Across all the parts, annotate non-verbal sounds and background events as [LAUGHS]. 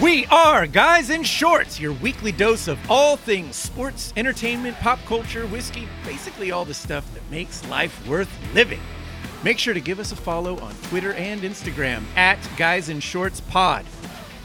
We are Guys in Shorts, your weekly dose of all things sports, entertainment, pop culture, whiskey, basically all the stuff that makes life worth living. Make sure to give us a follow on Twitter and Instagram at Guys in Shorts Pod.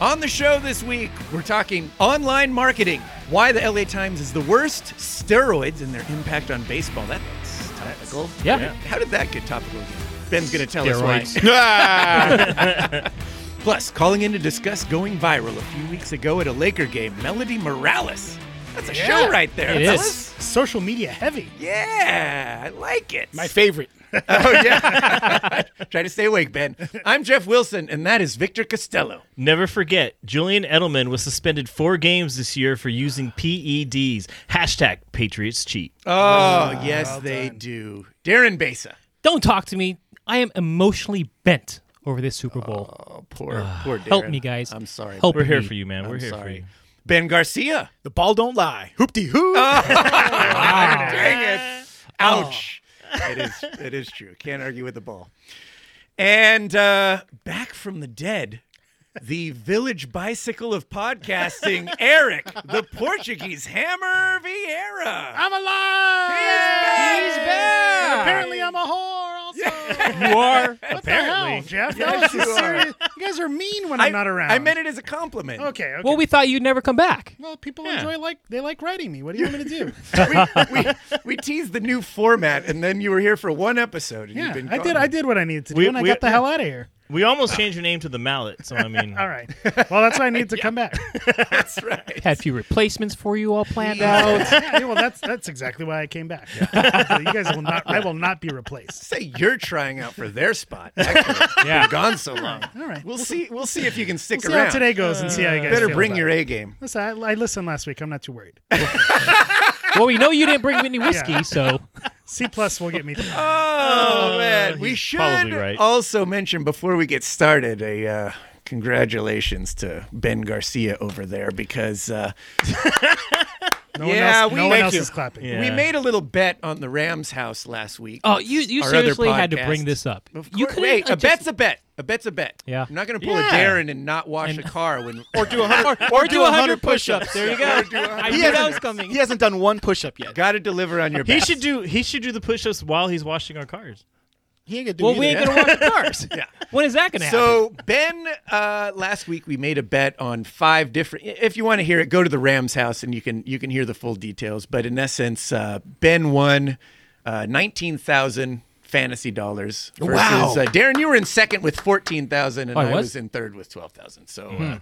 On the show this week, we're talking online marketing, why the LA Times is the worst, steroids and their impact on baseball. That's topical. Yeah. How did that get topical again? Ben's going to tell us why. [LAUGHS] Plus, calling in to discuss going viral a few weeks ago at a Laker game, Melody Morales. That's a show right there. It fellas. is. Social media heavy. Yeah, I like it. My favorite. oh, [LAUGHS] yeah. Try to stay awake, Ben. I'm Jeff Wilson, and that is Victor Costello. Never forget, Julian Edelman was suspended four games this year for using PEDs. Hashtag Patriots cheat. Uh, Oh, yes, they do. Darren Besa. Don't talk to me. I am emotionally bent over this Super Bowl. Oh, poor, poor Darren. Help me, guys. I'm sorry. Help We're here me. for you, man. We're I'm here for sorry. you. Ben Garcia. The ball don't lie. Hoopty [LAUGHS] hoo. Ah. Dang it. Oh. Ouch. it is it is true. Can't argue with the ball. And uh back from the dead, the village bicycle of [LAUGHS] podcasting, Eric, the Portuguese hammer Vieira. I'm alive. He's back. And apparently, I'm a whore. Also. You are. What the hell, Jeff? That was a serious- You guys are mean when I, am not around. I meant it as a compliment. Okay. okay. Well, we thought you'd never come back. Well, people enjoy like they like writing me. What do you want me to do? we, we, we teased the new format, and then you were here for one episode. And yeah, you've been I gone. did. I did what I needed to do, We- and I we- got the hell out of here. we almost changed your name to the mallet, so I mean. [LAUGHS] All right. Well, that's why I need to come back. [LAUGHS] That's right. Had a few replacements for you all planned out. Oh, Yeah, well, that's that's exactly why I came back. [LAUGHS] So you guys will not. I will not be replaced. Say you're trying out for their spot. yeah, been gone so long. All right. We'll see. We'll see if you can stick see around how today goes and see how you guys Better feel bring about your it. A game. Listen, I, I listened last week. I'm not too worried. [LAUGHS] well, we know you didn't bring [LAUGHS] any whiskey, so C plus will get me through. Oh man, we he's should probably right. also mention before we get started a uh, congratulations to Ben Garcia over there because uh, No one Yeah, else, we- no one Thank else you. is clapping. Yeah. we made a little bet on the Rams house last week. oh, you you Our other seriously had to podcast. bring this up. Of you course- couldn't, wait, uh, a just- bet's a bet. A bet's a bet. Yeah. I'm not gonna pull Yeah. a Darren and not wash a car when or do [LAUGHS] 100 [LAUGHS] [LAUGHS] or do a hundred push-ups. There you go. I knew that was coming. he hasn't done one push-up yet got to deliver on your. He best. should do. He should do the push-ups while he's washing our cars. he ain't gonna do Well, either. we ain't gonna wash the cars. Yeah. When is that gonna [LAUGHS] happen? So Ben, uh, last week we made a bet on five different. If you want to hear it, go to the Rams house and you can you can hear the full details. But in essence, uh, Ben won uh, nineteen thousand fantasy dollars. Versus, Wow. uh, Darren, you were in second with fourteen thousand, and Oh, I I was? was? in third with twelve thousand. So, uh,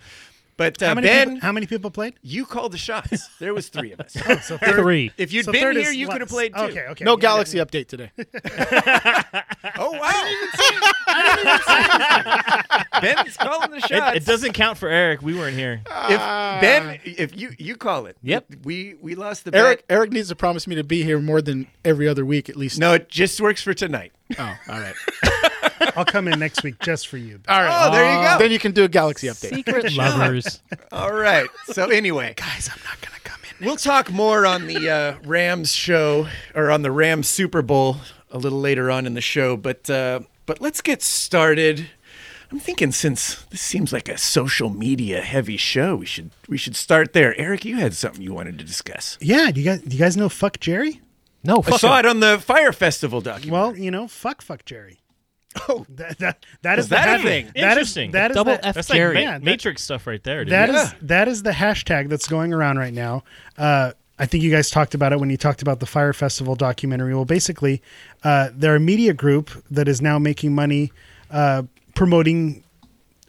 but uh, Hmm. How many, Ben, people, how many people played? you called the shots. There was three [LAUGHS] of us. So third, three. If you'd so been third here, is you less. could have played two. Okay, okay. no Yeah, galaxy update [LAUGHS] today Oh [LAUGHS] wow! Ben's calling the It, shots. it doesn't count for Eric. We weren't here. If Ben, if you you call it. Yep. We we lost the eric bet. eric needs to promise me to be here more than every other week at least No, it just works for tonight. oh all right I'll come in next week just [LAUGHS] for you. [LAUGHS] all right Oh, there you go. then you can do a galaxy update [LAUGHS] Secret lovers. All right. [LAUGHS] So anyway, guys i'm not gonna come in we'll talk more on the uh, Rams show or on the Rams Super Bowl a little later on in the show. But uh, but let's get started. I'm thinking since this seems like a social media heavy show, we should we should start there. Eric, you had something you wanted to discuss. Yeah, do you guys do you guys know Fuck Jerry? No, fuck I saw him. it on the Fire Festival documentary. Well, you know, fuck Fuck Jerry. Oh, that, that, that is, that the a hashtag. thing? That is Interesting. that is Double the- F That's Jerry. like Ma- Yeah, that- Matrix stuff right there. Dude. That is that is the hashtag that's going around right now. Uh, I think you guys talked about it when you talked about the Fire Festival documentary. Well, basically, uh, they're a media group that is now making money uh, promoting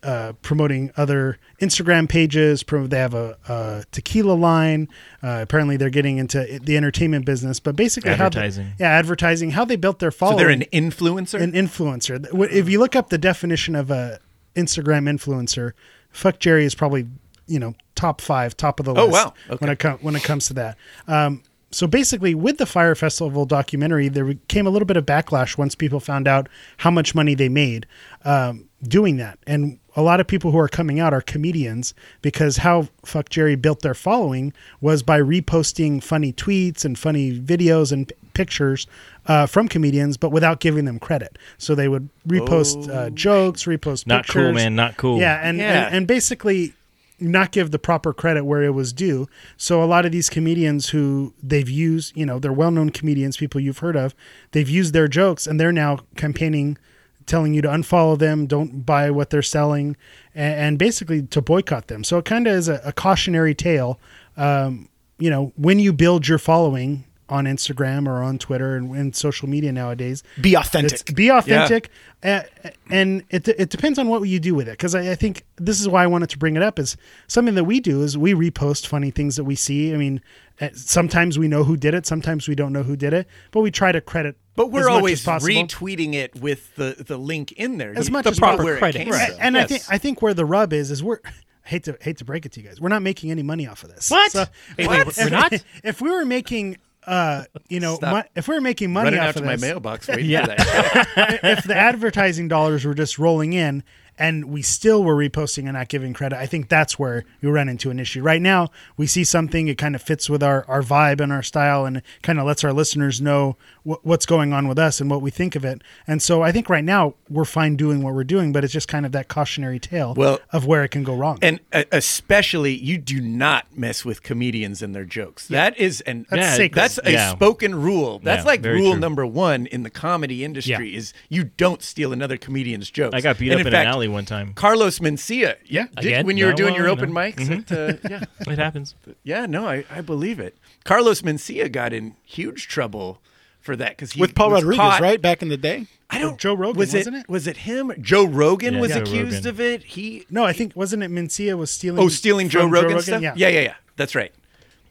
uh, promoting other Instagram pages. Prom- they have a, a tequila line. Uh, apparently, they're getting into i- the entertainment business. But basically, Advertising. How they, yeah, advertising. How they built their following. so they're an influencer. Oh. an influencer. Th- wh- If you look up the definition of a Instagram influencer, fuck Jerry is probably you know top five, top of the list. Oh, wow. When it comes when it comes to that. Um, so basically, with the Fire Festival documentary, there came a little bit of backlash once people found out how much money they made um, doing that, and a lot of people who are coming out are comedians because how fuck Jerry built their following was by reposting funny tweets and funny videos and p- pictures uh, from comedians, but without giving them credit. So they would repost uh, jokes, repost Oh. Not cool, pictures. man. Not cool. Yeah, and, Yeah. and and basically not give the proper credit where it was due. So a lot of these comedians who they've used, you know, they're well-known comedians, people you've heard of, they've used their jokes and they're now campaigning telling you to unfollow them, don't buy what they're selling, and, and basically to boycott them. So it kind of is a, a cautionary tale. Um, you know, when you build your following on Instagram or on Twitter and, and social media nowadays, Be authentic. it's- be authentic, uh, and it it depends on what you do with it. Because I, I think this is why I wanted to bring it up is something that we do is we repost funny things that we see. I mean, uh, sometimes we know who did it, sometimes we don't know who did it, but we try to credit. But as we're much always as possible. retweeting it with the, the link in there. As You- much the as proper possible. credit. Right. A- and I Yes. think I think where the rub is is we're [LAUGHS] I hate to hate to break it to you guys. We're not making any money off of this. What? Wait, wait, If, we're not? [LAUGHS] If we were making, uh, you know, Stop. mon- if we were making money Running off out to of my this, mailbox waiting Yeah. for that. [LAUGHS] if the advertising dollars were just rolling in and we still were reposting and not giving credit, I think that's where you run into an issue. Right now, we see something, it kind of fits with our, our vibe and our style and kind of lets our listeners know wh- what's going on with us and what we think of it. And so I think right now we're fine doing what we're doing, but it's just kind of that cautionary tale Well- of where it can go wrong. and uh, especially, you do not mess with comedians and their jokes. That is an That's yeah, sacred. that's a Yeah. spoken rule. That's Yeah, like very rule true. number one in the comedy industry Yeah. is you don't steal another comedian's jokes. I got beat And up in, fact, an alley one time. Carlos Mencia, yeah, did- Again? when you were No, doing your well, you open know. mics, at, uh, yeah, It happens. yeah, no, I, I believe it. Carlos Mencia got in huge trouble for that because he with Paul was Rodriguez, caught- right? Back in the day. I don't. Joe Rogan, was wasn't it? Was it him? Joe Rogan Yeah, was Joe accused Rogan. of it. He no, I think, wasn't it Mencia was stealing? oh, stealing Joe from Rogan, stuff. Yeah. yeah, yeah, yeah. That's right.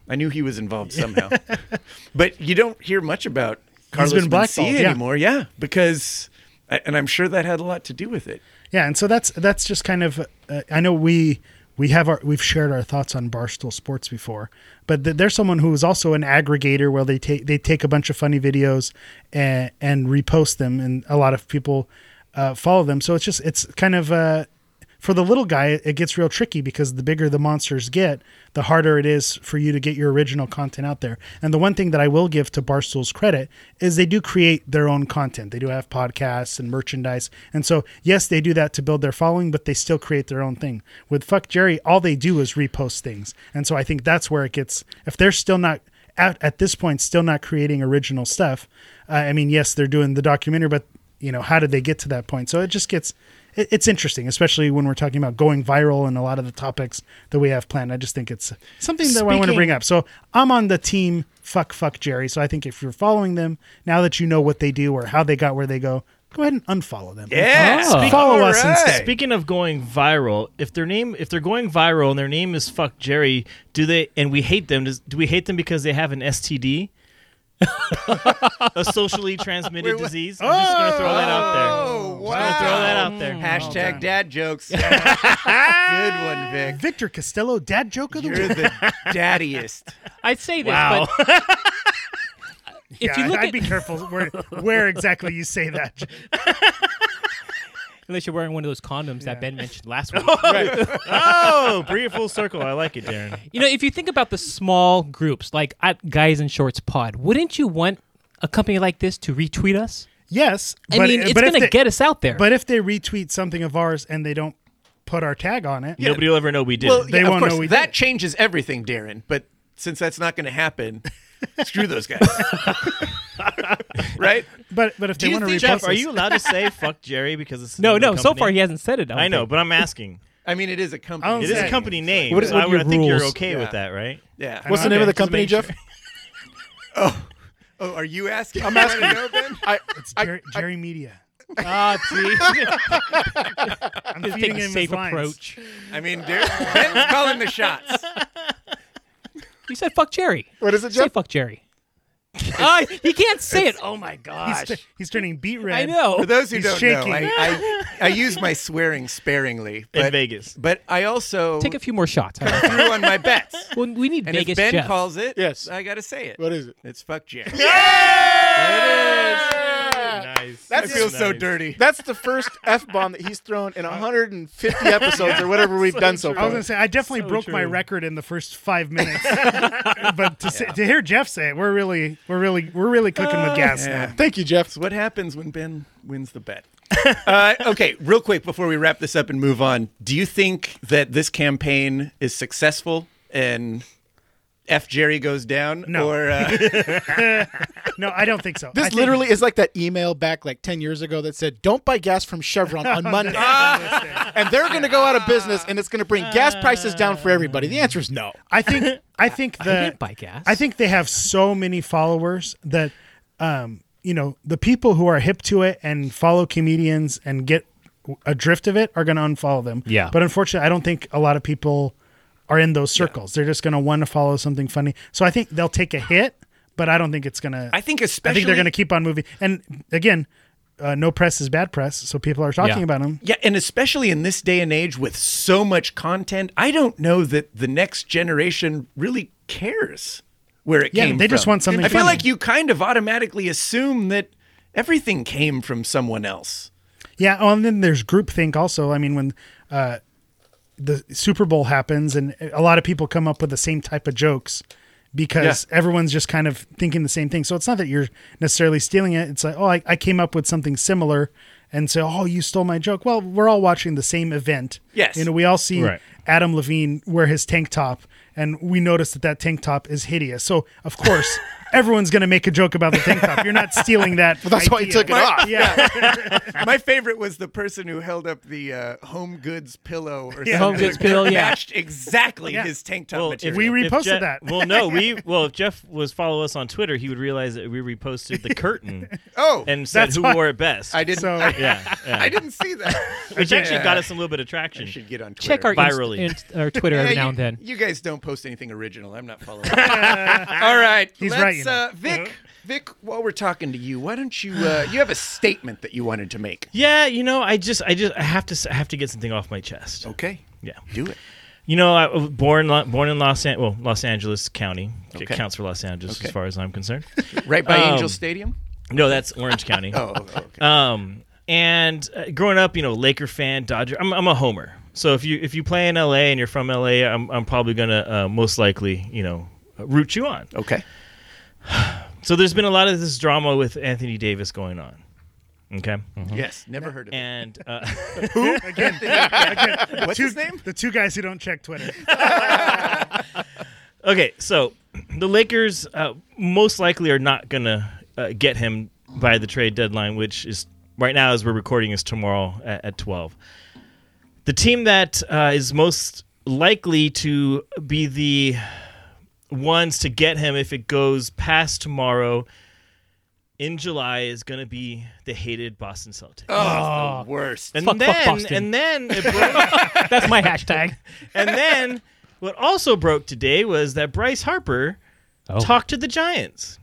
I knew he was involved [LAUGHS] somehow, but you don't hear much about Carlos been Mencia blackballed, yeah. anymore. Yeah, because, and I'm sure that had a lot to do with it. Yeah, and so that's that's just kind of uh, I know we we have our we've shared our thoughts on Barstool Sports before, but th- there's someone who is also an aggregator where they take they take a bunch of funny videos and and repost them, and a lot of people uh, follow them. So it's just it's kind of uh, for the little guy it gets real tricky because the bigger the monsters get, the harder it is for you to get your original content out there. And the one thing that I will give to Barstool's credit is they do create their own content. They do have podcasts and merchandise. And so, yes, they do that to build their following, but they still create their own thing. With Fuck Jerry, all they do is repost things. And so I think that's where it gets, if they're still not. At, at this point, still not creating original stuff. Uh, I mean, yes, they're doing the documentary, but you know, how did they get to that point? So it just gets, it, it's interesting, especially when we're talking about going viral and a lot of the topics that we have planned. I just think it's something that I want to Speaking- bring up. So I'm on the team fuck fuck Jerry. So I think if you're following them now that you know what they do or how they got where they go, go ahead and unfollow them. Yeah, Oh. speak- Follow all us right. instead. Speaking of going viral, if their name if they're going viral and their name is fuck Jerry, do they and we hate them? Does, do we hate them because they have an STD? [LAUGHS] a socially transmitted disease. I'm just gonna throw that out Oh, wow. Mm. there. Throw that out there. Hashtag dad [LAUGHS] jokes. Good one, Vic. Victor Costello, dad joke of the You're week. the [LAUGHS] daddiest. I'd say this, Wow. but if you look I'd at, be careful where, where exactly you say that. [LAUGHS] unless you're wearing one of those condoms that Ben mentioned last week. oh, bring it full circle. I like it, Darren. You know, if you think about the small groups like at Guys in Shorts Pod, wouldn't you want a company like this to retweet us? Yes, [LAUGHS] I mean, it's but if going to they- get us out there. But if they retweet something of ours and they don't put our tag on it, Nobody will ever know we did. Well, it. They yeah, of won't know course, we did that it. changes everything, Darren. But since that's not going to [LAUGHS] happen, screw those guys. right? but but if Do they you want to repost, think, Jeff, are us- you allowed to say fuck Jerry because it's the no, name of no. the So company? far, he hasn't said it. don't I know, think. but I'm asking. I mean, it is a company. don't It is a Exactly. company name. What is- I, what are your I think you're rules? okay Yeah. with that, right? Yeah. What's the name okay, of the just company, making Jeff? [LAUGHS] oh, are you asking? I'm asking. know, ben? I, It's I- Jer- Jerry Media. Ah, see, I'm take feeding a him safe his lines. approach. I mean, Darren, Ben's calling the shots. You said fuck Jerry. what is it, Say Jeff? fuck Jerry. [LAUGHS] Ah, he can't say it. Oh my He's, gosh. he's turning beat red. I know. [LAUGHS] For those who He's don't shaking. know, I, I, I use my swearing sparingly. In But, Vegas. But I also Take a few more [LAUGHS] shots. threw on my bets. well, we need And Vegas if Ben Jeff. calls it, Yes. I got to say it. What is it? It's fuck [LAUGHS] Jerry. Nice. I That's feel Uh, so nice. dirty. That's the first f bomb that he's thrown [LAUGHS] in 150 episodes or whatever we've done so I was far. gonna say I definitely So broke my true. record in the [LAUGHS] first five minutes, but to, say, to hear Jeff say it, we're Uh, really, we're really, we're really cooking with gas Yeah. now. Thank you, Jeff. What happens when Ben wins the bet? [LAUGHS] Uh, okay, real quick before we wrap this up and move on, do you think that this campaign is successful and F Jerry goes down? No. Or, [LAUGHS] uh, No, I don't think so. I This think- literally is like that email back like 10 years ago that said, don't buy gas from Chevron on Monday. and they're going to go out of business and it's going to bring gas prices down for everybody. The answer is no. I think I think that didn't buy gas. I think they have so many followers that um, you know the people who are hip to it and follow comedians and get a drift of it are going to unfollow them. Yeah. But unfortunately, I don't think a lot of people are in those circles. They're just going to want to follow something funny. So I think they'll take a hit, but I don't think it's going to. I think I especially think they're going to keep on moving. And again, uh, no press is bad press, so people are talking Yeah. about them. Yeah, and especially in this day and age with so much content, I don't know that the next generation really cares where it Yeah, came they just from. want something I feel funny. like you kind of automatically assume that everything came from someone else. Yeah. Oh, and then there's groupthink also. I mean, when uh, the Super Bowl happens and a lot of people come up with the same type of jokes because everyone's just kind of thinking the same thing. So it's not that you're necessarily stealing it. It's like, oh, I, I came up with something similar. And so, oh, you stole my joke. Well, we're all watching the same event. Yes. You know, we all see Right. Adam Levine wear his tank top, and we notice that that tank top is hideous. So, of [LAUGHS] course, everyone's going to make a joke about the tank top. You're not stealing that. Well, [LAUGHS] that's why he idea. took it off. Yeah. My favorite was the person who held up the uh, Home Goods pillow or Yeah. something Home Goods pillow, that yeah. matched exactly Yeah. his tank top Well, if- material. We if reposted Jeff- that. Well, no, we well if Jeff was follow us on Twitter, he would realize that we reposted the curtain. [LAUGHS] Oh, and said that's who why- wore it best. I didn't. [LAUGHS] So- I, [LAUGHS] yeah, yeah. I didn't see that. which actually Yeah. got us a little bit of I traction. should get on Twitter. Check our inst- Virally. inst- our Twitter every Yeah, now you- and [LAUGHS] then. You guys don't post anything original. I'm not [LAUGHS] following. All right, He's let's, right, you know. Uh, Vic, Vic, while we're talking to you, why don't you? Uh, you have a statement that you wanted to make. Yeah, you know, I just, I just, I have to, s- I have to get something off my chest. Okay, Yeah, do it. you know, I was born, Lo- born in Los, An- well, Los Angeles County. It Okay. counts for Los Angeles Okay. as far as [LAUGHS] I'm concerned. Right by Um, Angel Stadium. no, that's Orange County. Oh, okay. Um, and uh, growing up, you know, Laker fan, Dodger. I'm, I'm a homer. So if you if you play in LA and you're from LA, I'm, I'm probably gonna uh, most likely, you know, root you on. okay. So there's been a lot of this drama with Anthony Davis going on. Okay. Yes, never heard of it. And uh, [LAUGHS] [LAUGHS] What's his name? the two guys who don't check [LAUGHS] Twitter. Oh, okay, so the Lakers uh, most likely are not gonna uh, get him by the trade deadline, which is right now as we're recording is tomorrow at, at twelve. The team that uh, is most likely to be the ones to get him if it goes past tomorrow in July is going to be the hated Boston Celtics. Oh, the worst. and Uh, fuck, fuck then Boston. and then it broke, That's my hashtag. and then what also broke today was that Bryce Harper Oh. talked to the Giants.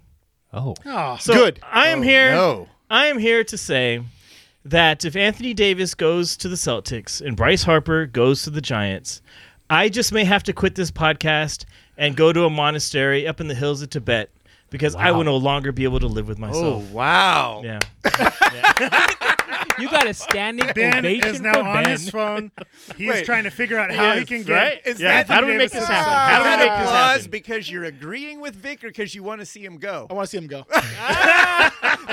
Oh, So Good. I am here. Oh, no. I am here to say that if Anthony Davis goes to the Celtics and Bryce Harper goes to the Giants, I just may have to quit this podcast and go to a monastery up in the hills of Tibet because I Wow. will no longer be able to live with Oh myself. wow. Yeah. you got a standing Ben ovation is now for on Ben. [LAUGHS] his phone. He's Wait. trying to figure out how he Yes, can get. right? It's Yeah. Anthony How do we make Davis this to happen? stop. How do we Is make that this applause happen? because you're agreeing with Vic or because you want to see him go? I want to see him go.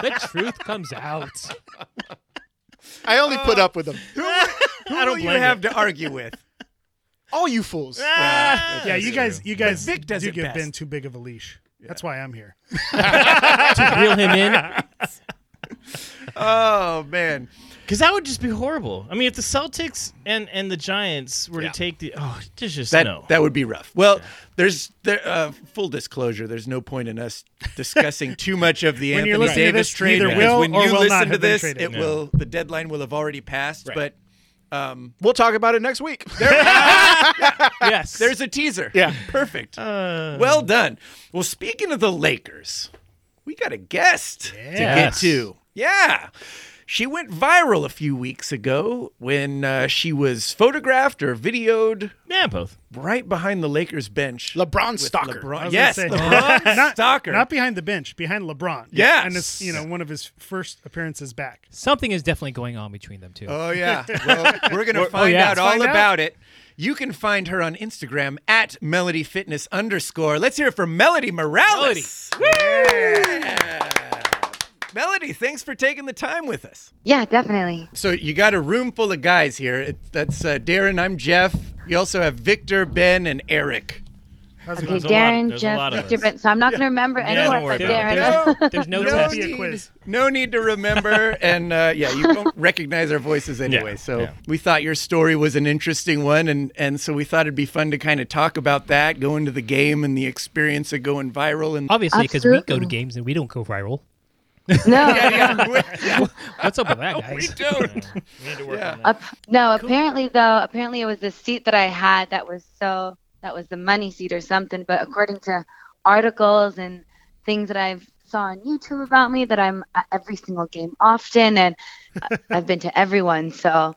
The truth comes out. I only put up with him. Who don't will you blame you. have to argue [LAUGHS] with? All you fools. Ah. Yeah, you guys, you guys Vic does do it give best. Ben too big of a leash. That's why I'm here. to reel him in. Oh man. Because that would just be horrible. I mean, if the Celtics and, and the Giants were to take the oh, there's just That no. that would be rough. Well, there's there, uh, full disclosure. There's no point in us discussing too much of the [LAUGHS] When you're Anthony listening to Davis this, trade neither because will when or you will not listen have to been this, traded. it No. will the deadline will have already passed. But We'll talk about it next week. Yes. there's a teaser. Yeah, perfect. well done. Well, speaking of the Lakers, we got a guest to get Yes. to. Yeah. She went viral a few weeks ago when uh, she was photographed or videoed yeah, both. right behind the Lakers bench. [LAUGHS] LeBron with stalker. [LAUGHS] I LeBron. was Yes, gonna say- LeBron [LAUGHS] not, Stalker. not behind the bench, behind LeBron. Yes. and it's you know one of his first appearances back. Something is definitely going on between them two. Oh yeah. Well, we're gonna find yeah. out Let's all find out. about it. You can find her on Instagram at Melody Fitness underscore. Let's hear it from Melody Morales. Woo! Melody, thanks for taking the time with us. Yeah, definitely. So you got a room full of guys here. It, that's uh, Darren. I'm Jeff. You also have Victor, Ben, and Eric. Okay, There's a lot- Darren, there's a lot Jeff, of Victor, us. Ben. So I'm not going to remember don't anyone worry but about it. Darren. There's no [LAUGHS] There will test. be a quiz. No need to remember, and uh, yeah, you don't recognize our voices anyway. Yeah, so yeah. we thought your story was an interesting one, and and so we thought it'd be fun to kind of talk about that, go into the game and the experience of going viral, and Obviously, because we go to Absolutely. games and we don't go viral. [LAUGHS] [LAUGHS] No, What's up with that, guys? don't. We need to [LAUGHS] work Yeah. on that. Up, no, apparently though, apparently it was the seat that I had that was so that was the money seat or something. But according to articles and things that I've saw on YouTube about me, that I'm at every single game often, and I- I've been to [LAUGHS] everyone. So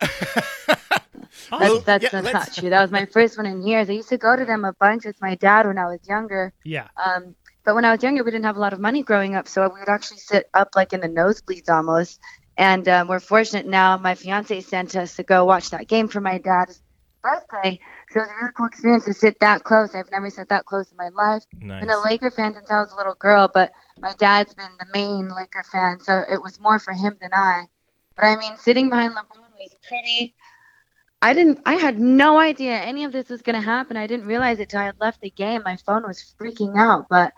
that's that's, yeah, that's not let's- true. That was my first one in years. I used to go to them a bunch with my dad when I was younger. Yeah. Um, but when I was younger, we didn't have a lot of money growing up, so we would actually sit up like in the nosebleeds almost. And um, we're fortunate now. My fiance sent us to go watch that game for my dad's birthday, so it was a really cool experience to sit that close. I've never sat that close in my life. I've Been a Nice. Laker fan since I was a little girl, but my dad's been the main Laker fan, so it was more for him than I. But I mean, sitting behind LeBron was pretty. I didn't. I had no idea any of this was going to happen. I didn't realize it till I had left the game. My phone was freaking out, but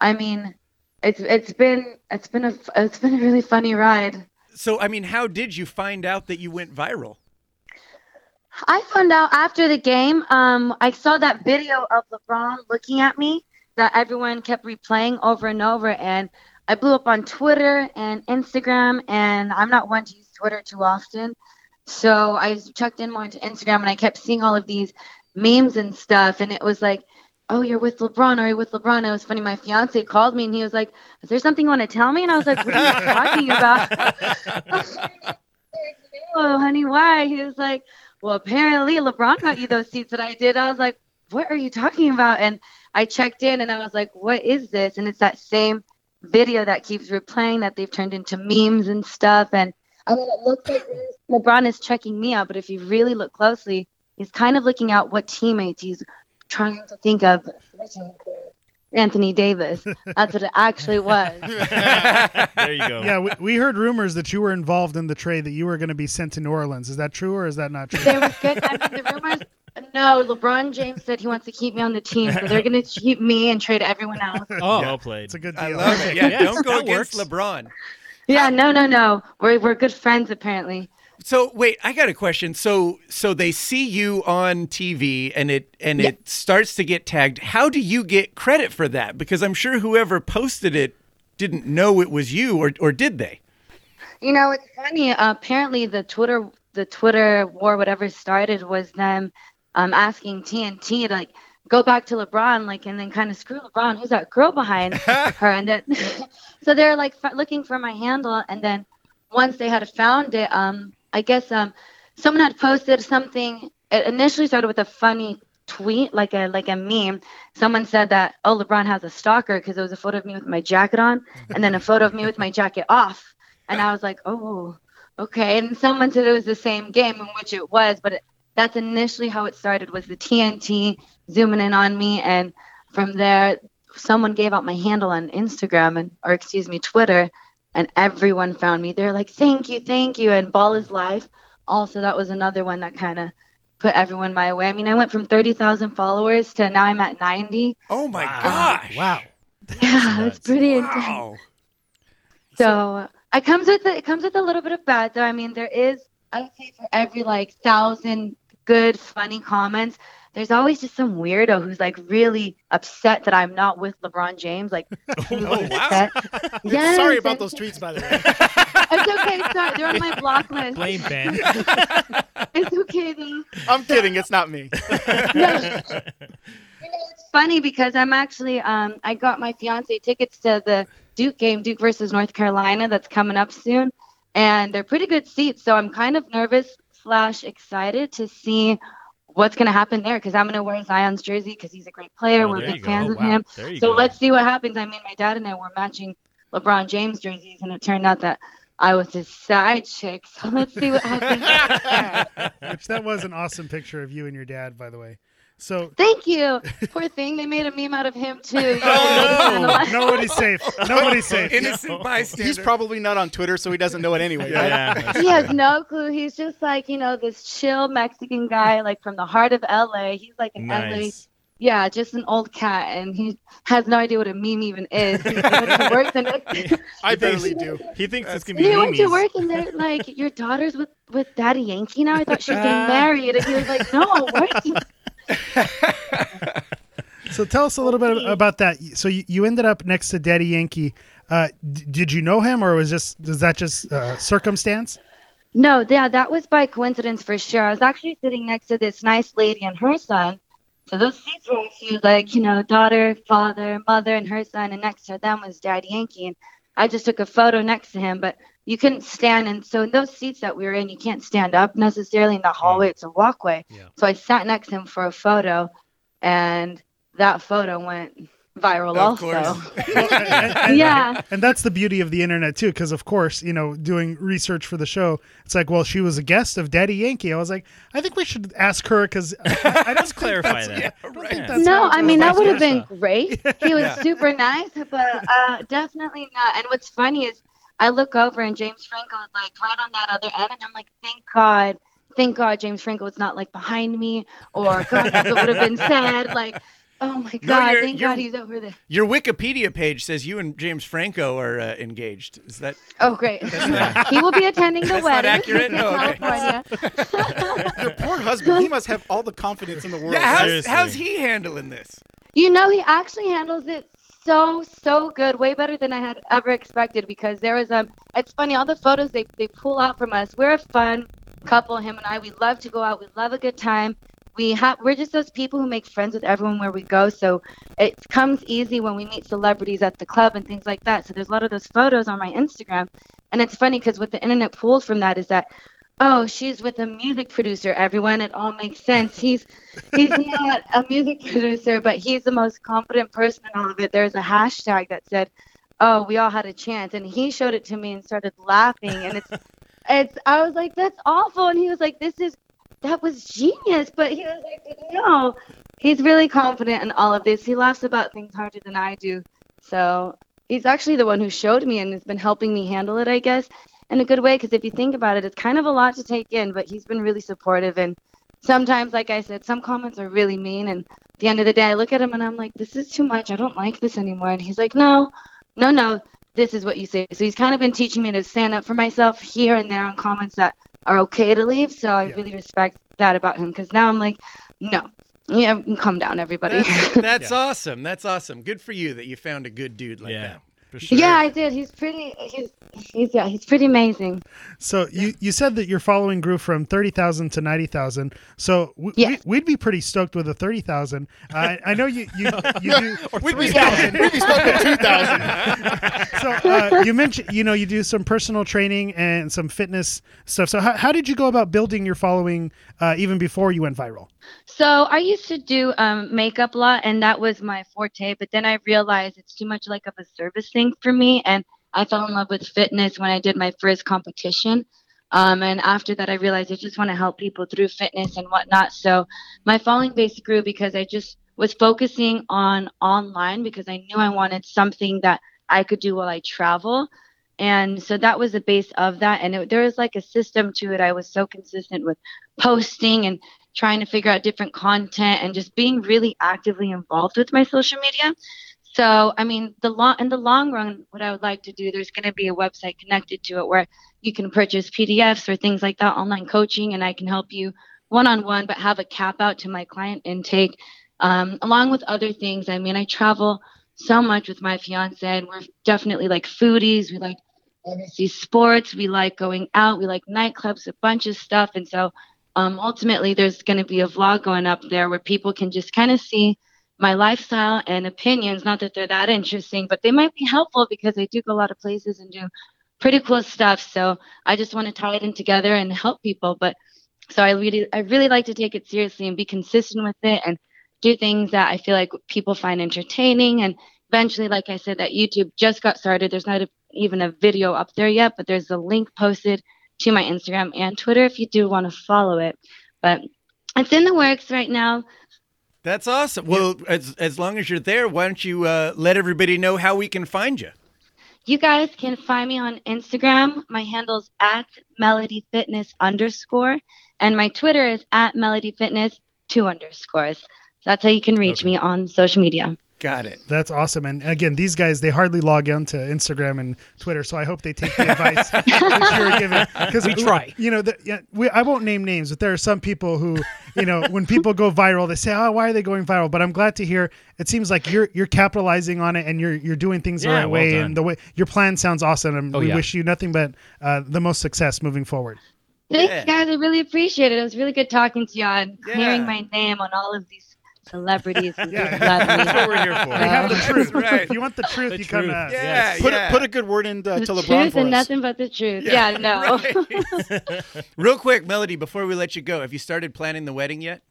I mean, it's it's been it's been a f- it's been a really funny ride. So I mean, how did you find out that you went viral? I found out after the game. Um, I saw that video of LeBron looking at me that everyone kept replaying over and over, and I blew up on Twitter and Instagram. And I'm not one to use Twitter too often, so I just checked in more into Instagram, and I kept seeing all of these memes and stuff, and it was like. Oh, you're with LeBron. Are you with LeBron? It was funny. My fiance called me and he was like, Is there something you want to tell me? And I was like, What are you talking about? oh, honey, why? He was like, well, apparently LeBron got you those seats that I did. I was like, what are you talking about? And I checked in and I was like, what is this? And it's that same video that keeps replaying that they've turned into memes and stuff. And I mean, it looks like LeBron is checking me out, but if you really look closely, he's kind of looking out what teammates he's trying to think of. Anthony Davis. That's what it actually was. [LAUGHS] There you go. Yeah, we, we heard rumors that you were involved in the trade that you were going to be sent to New Orleans. Is that true or is that not true? There was good. I mean, the rumors. No, LeBron James said he wants to keep me on the team, so they're going to keep me and trade everyone else. Oh, Well played. It's a good deal. I love it. Yeah, Yes, don't go that against works. LeBron. Yeah, no, no, no. We're we're good friends apparently. So wait, I got a question. So so they see you on TV and it and it starts to get tagged. How do you get credit for that? Because I'm sure whoever posted it didn't know it was you or or did they? You know, it's funny. Uh, apparently, the Twitter the Twitter war, whatever started, was them um, asking TNT to like go back to LeBron, like, and then kind of screw LeBron. Who's that girl behind her? And then, [LAUGHS] so they're like f- looking for my handle, and then once they had found it, um, I guess um, someone had posted something. It initially started with a funny tweet, like a like a meme. Someone said that, "Oh, LeBron has a stalker," because it was a photo of me with my jacket on, and then a photo of me with my jacket off. And I was like, oh, okay. And someone said it was the same game, in which it was, but it, that's initially how it started was the TNT zooming in on me. And from there, someone gave out my handle on Instagram and, or excuse me, Twitter, and everyone found me. They're like, thank you, thank you. And Ball is Life. Also, that was another one that kind of put everyone my way. I mean, I went from 30,000 followers to now I'm at 90. Oh my gosh. Wow. Yeah, it's pretty intense. Wow. So it comes with it comes with a little bit of bad though. I mean, there is I would say for every like thousand good funny comments, there's always just some weirdo who's like really upset that I'm not with LeBron James. Like, Oh wow. upset. Yes, Ah. [LAUGHS] Sorry about and- those tweets, by the way. It's okay. Sorry, they're [LAUGHS] on my block list. Blame [LAUGHS] Ben. It's okay though. I'm kidding. It's not me. It's funny because I'm actually um, I got my fiance tickets to the Duke game, Duke versus North Carolina, that's coming up soon, and they're pretty good seats. So I'm kind of nervous slash excited to see what's going to happen there because I'm going to wear Zion's jersey because he's a great player. Oh, We're there you big go. fans Oh, of wow. him. There you So go. let's see what happens. I mean, my dad and I were matching LeBron James jerseys, and it turned out that I was his side chick. So let's see what [LAUGHS] happens. Which that was an awesome picture of you and your dad, by the way. So Thank you. Poor thing. They made a meme out of him [LAUGHS] too. Oh, Oh, [LAUGHS] [LAUGHS] nobody's safe. Nobody's safe. Innocent bystander. He's probably not on Twitter, so he doesn't know it anyway. right? Yeah. [LAUGHS] he has no clue. He's just like, you know, this chill Mexican guy, like from the heart of LA. He's like an LA. nice. Yeah, just an old cat, and he has no idea what a meme even is. He went to work [LAUGHS] the next, I barely do. He thinks it's gonna be he went to memes. work, and they're like, "Your daughter's with with Daddy Yankee now." I thought she was getting married, and he was like, "No, I'm working." So tell us a little bit about that. So you, you ended up next to Daddy Yankee. Uh, d- did you know him, or was just was that just uh, circumstance? No, yeah, that was by coincidence for sure. I was actually sitting next to this nice lady and her son. So those seats were actually like, you know, daughter, father, mother, and her son, and next to them was Daddy Yankee. And I just took a photo next to him, but you couldn't stand. And so in those seats that we were in, you can't stand up necessarily in the Mm. hallway. It's a walkway. So I sat next to him for a photo, and that photo went viral Of also. [LAUGHS] course. [LAUGHS] [LAUGHS] yeah. And that's the beauty of the internet too, because of course, you know, doing research for the show, it's like, well, she was a guest of Daddy Yankee. I was like, I think we should ask her because I, I [LAUGHS] [LAUGHS] Let's don't clarify that. That's no, how it I mean that vice would have been versa. great. He was super nice, but uh, definitely not. And what's funny is I look over and James Franco is like right on that other end, and I'm like, thank God, thank God, James Franco was not like behind me, or God, that would have been sad. Like, oh my No, God, you're- thank you're- God he's over there. Your Wikipedia page says you and James Franco are uh, engaged. Is that Oh great, he will [LAUGHS] be attending the That's not wedding accurate? in No, okay. California. Your poor husband. He must have all the confidence in the world. yeah? [LAUGHS] How's, seriously. how's he handling this? You know, he actually handles it so so good, way better than I had ever expected. Because there was um, it's funny all the photos they they pull out from us. We're a fun couple, him and I. We love to go out. We love a good time. We have we're just those people who make friends with everyone where we go. So it comes easy when we meet celebrities at the club and things like that. So there's a lot of those photos on my Instagram, and it's funny because what the internet pulls from that is that. Oh, she's with a music producer. Everyone, it all makes sense. He's he's not a music producer, but he's the most confident person in all of it. There's a hashtag that said, "Oh, we all had a chance," and he showed it to me and started laughing. And it's, it's. I was like, "That's awful," and he was like, "This is, that was genius." But he was like, "No, he's really confident in all of this. He laughs about things harder than I do." So he's actually the one who showed me and has been helping me handle it, I guess, in a good way. Because if you think about it, it's kind of a lot to take in, but he's been really supportive and sometimes, like I said, some comments are really mean. And at the end of the day, I look at him and I'm like, this is too much. I don't like this anymore. And he's like, no, no, no. This is what you say. So he's kind of been teaching me to stand up for myself here and there on comments that are okay to leave. So I really respect that about him because now I'm like, no, yeah, calm down, everybody. [LAUGHS] That's, [LAUGHS] that's awesome. That's awesome. Good for you that you found a good dude like Yeah. that. For sure. yeah, I did. He's pretty. He's he's yeah. He's pretty amazing. So you, you said that your following grew from thirty thousand to ninety thousand. So we, Yeah. we, we'd be pretty stoked with a thirty thousand. Uh, I know you [LAUGHS] you, you do three thousand. We'd be stuck at 2,000. So uh, you mentioned you know you do some personal training and some fitness stuff. So how, how did you go about building your following uh, even before you went viral? So I used to do um, makeup a lot, and that was my forte. But then I realized it's too much like of a service thing for me, and I fell in love with fitness when I did my first competition. Um, and after that, I realized I just want to help people through fitness and whatnot. So my following base grew because I just was focusing on online because I knew I wanted something that I could do while I travel. And so that was the base of that. And it, there was like a system to it. I was so consistent with posting and trying to figure out different content and just being really actively involved with my social media. So, I mean, the long in the long run, what I would like to do, there's going to be a website connected to it where you can purchase PDFs or things like that, online coaching, and I can help you one on one, but have a cap out to my client intake, um, along with other things. I mean, I travel so much with my fiance, and we're definitely like foodies. We like obviously sports. We like going out. We like nightclubs, a bunch of stuff, and so um, ultimately there's going to be a vlog going up there where people can just kind of see my lifestyle and opinions not that they're that interesting but they might be helpful because i do go a lot of places and do pretty cool stuff so i just want to tie it in together and help people but so i really i really like to take it seriously and be consistent with it and do things that i feel like people find entertaining and eventually like i said that youtube just got started there's not a, even a video up there yet, but there's a link posted to my Instagram and Twitter if you do want to follow it. But it's in the works right now. That's awesome. Well, as as long as you're there, why don't you uh, let everybody know how we can find you? You guys can find me on Instagram. My handle's at Melody Fitness underscore, and my Twitter is at Melody Fitness two underscores. That's how you can reach me on social media. Got it. That's awesome. And again, these guys, they hardly log on to Instagram and Twitter. So I hope they take the [LAUGHS] advice that you're giving. Because We try. You know, the, yeah, we, I won't name names, but there are some people who, you know, when people go viral, they say, oh, why are they going viral? But I'm glad to hear it seems like you're you're capitalizing on it and you're you're doing things the Yeah, right well way. done. And the way your plan sounds awesome. And Oh, we yeah. wish you nothing but uh, the most success moving forward. Thanks, Yeah. guys. I really appreciate it. It was really good talking to y'all and Yeah. clearing my name on all of these celebrities. who Yeah. love me. That's what we're here for. We have [LAUGHS] the That's truth. right. If you want the truth, you come truth. to us. Yeah, Put, yeah. a, put a good word in uh, the to LeBron truth for and us. nothing but the truth. [LAUGHS] Yeah, no. right. [LAUGHS] Real quick, Melody, before we let you go, have you started planning the wedding yet?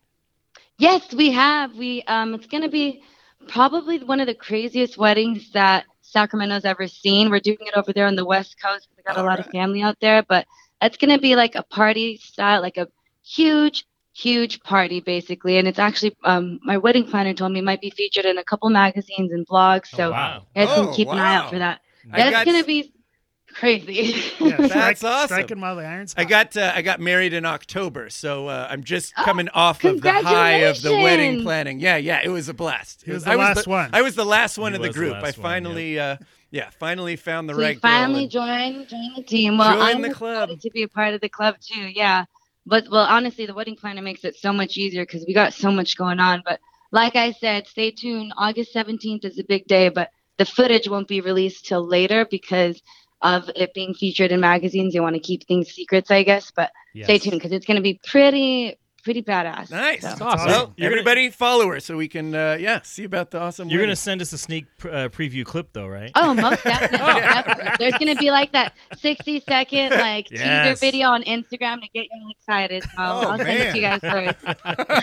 Yes, we have. We um, it's gonna be probably one of the craziest weddings that Sacramento's ever seen. We're doing it over there on the West Coast. We got a lot of family out there, but it's gonna be like a party style, like a huge, huge party basically. And it's actually um, my wedding planner told me it might be featured in a couple magazines and blogs. So wow. you guys Oh, can keep an eye wow. out for that. I got That's gonna s- be crazy. [LAUGHS] Yeah, That's strike- awesome. Striking while the iron's I hot. got uh, I got married in October, so uh, I'm just Oh, coming off of the high of the wedding congratulations. planning. Yeah, yeah, it was a blast. He It was the I last one. I was the last one He in the was the group. I last one, yeah. finally, uh, yeah, finally found [LAUGHS] the So right you finally girl. join join the team. Well, Join I'm the club. excited to be a part of the club too. Yeah, but well, honestly, the wedding planner makes it so much easier because we got so much going on. But like I said, stay tuned. August 17th is a big day, but the footage won't be released till later because of it being featured in magazines. They want to keep things secrets, I guess. But stay tuned because it's going to be pretty pretty badass. Nice. So- awesome. Well, You're gonna- everybody, follow her so we can, uh, yeah, see about the awesome. You're wedding. gonna send us a sneak pr- uh, preview clip though, right? Oh, most definitely. definitely. There's going to be like that 60 second like Yes. teaser video on Instagram to get you excited. So I'll send it to you guys first.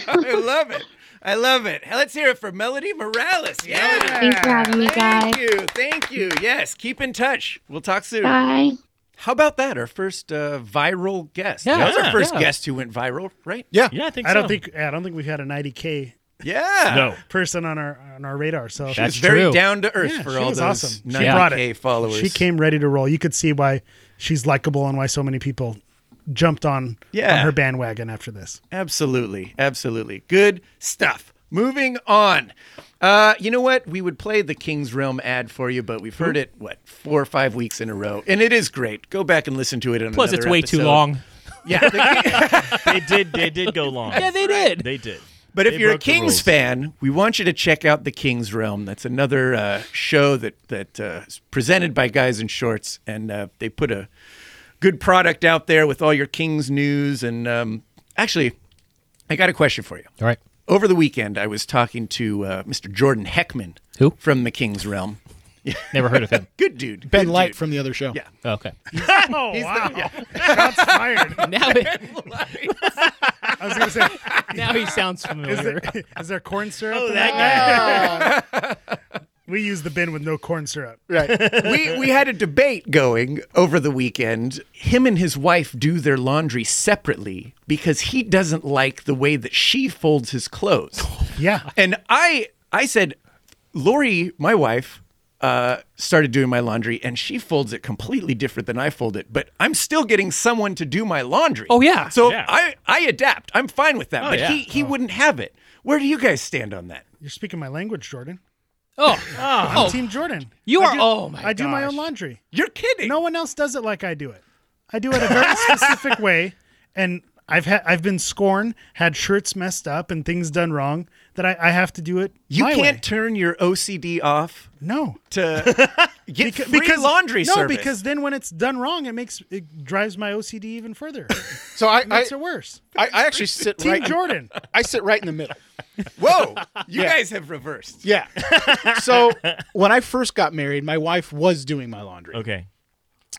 I love it. I love it. Hey, Let's hear it for Melody Morales. Yeah. Thanks for having me, guys. Thank you. Thank you. Yes. Keep in touch. We'll talk soon. Bye. How about that? Our first uh, viral guest. Yeah. that was our Yeah. first Yeah. guest who went viral, right? Yeah. Yeah, I think I so. don't think I don't think we've had an IDK Yeah. No. person on our on our radar. So She was That's very true. down to earth Yeah, for she all was those awesome. She 90K brought it. followers. she came ready to roll. You could see why she's likable and why so many people jumped on, Yeah. on her bandwagon after this. Absolutely. Absolutely. Good stuff. Moving on. Uh, you know what? We would play the King's Realm ad for you, but we've heard it, what, four or five weeks in a row. And it is great. Go back and listen to it. On Plus, it's another way too episode. [LAUGHS] long. Yeah. [LAUGHS] the- they did. They did go [LAUGHS] long. Yeah, they did. They did. But if They you're a broke the Kings rules. fan, we want you to check out The King's Realm. That's another uh, show that that uh, is presented by Guys in Shorts, and uh, they put a good product out there with all your Kings news. And um, actually, I got a question for you. All right. Over the weekend, I was talking to uh, Mr. Jordan Heckman, Who? from The King's Realm. Never heard of him. Good dude. Ben good Light dude. from the other show. Yeah. Okay. Oh wow! [LAUGHS] Shots fired. [LAUGHS] Now, it, I was gonna say, now he sounds is familiar. there, is there corn syrup? Oh, in that We use the bin with no corn syrup. Right. we we had a debate going over the weekend. Him and his wife do their laundry separately because he doesn't like the way that she folds his clothes. Yeah. And I I said, Lori, my wife, uh, started doing my laundry, and she folds it completely different than I fold it. But I'm still getting someone to do my laundry. Oh, yeah. So Yeah. I I adapt. I'm fine with that. Oh, but yeah. he he wouldn't have it. Where do you guys stand on that? You're speaking my language, Jordan. Oh, I'm Oh. Team Jordan. You I are- do- oh my I do my own gosh. laundry. You're kidding. No one else does it like I do it. I do it a [LAUGHS] very specific way, and I've had I've been scorned, had shirts messed up, and things done wrong that I, I have to do it. You my can't way. turn your OCD off no to get Beca- free laundry No, service. because then when it's done wrong, it makes it drives my OCD even further. [LAUGHS] [LAUGHS] So I, I, Makes it worse. I, I actually sit Team right. Jordan. [LAUGHS] I sit right in [LAUGHS] the middle. whoa, you guys have reversed. Yeah. so when I first got married, my wife was doing my laundry. Okay.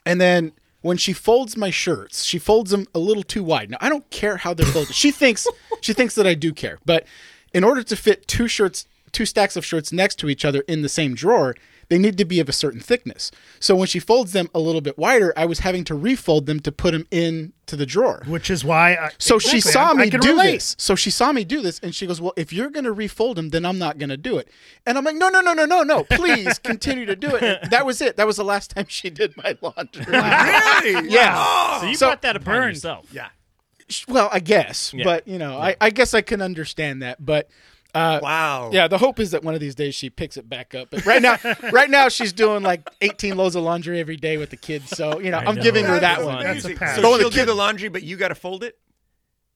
And then when she folds my shirts, she folds them a little too wide. Now I don't care how they're folded. [LAUGHS] she thinks she thinks that I do care, but in order to fit two shirts, two stacks of shirts next to each other in the same drawer, they need to be of a certain thickness. So when she folds them a little bit wider, I was having to refold them to put them into the drawer. which is why. I, So she Exactly. saw I- I me can do relate. this. So she saw me do this, and she goes, "Well, if you're going to refold them, then I'm not going to do it." And I'm like, "No, no, no, no, [LAUGHS] no, no! Please continue to do it." And that was it. That was the last time she did my [LAUGHS] laundry. really? Oh, yeah. So you So- brought that upon yourself. Yeah. Sh- Well, I guess, Yeah. but you know, I, I guess I can understand that. But uh, Wow. yeah, the hope is that one of these days she picks it back up. [LAUGHS] But right now, right now she's doing like 18 loads of laundry every day with the kids. So you know, I'm know. giving her That that is one. amazing. That's a pass. So Throwing the she'll do kid- the laundry, but you got to fold it.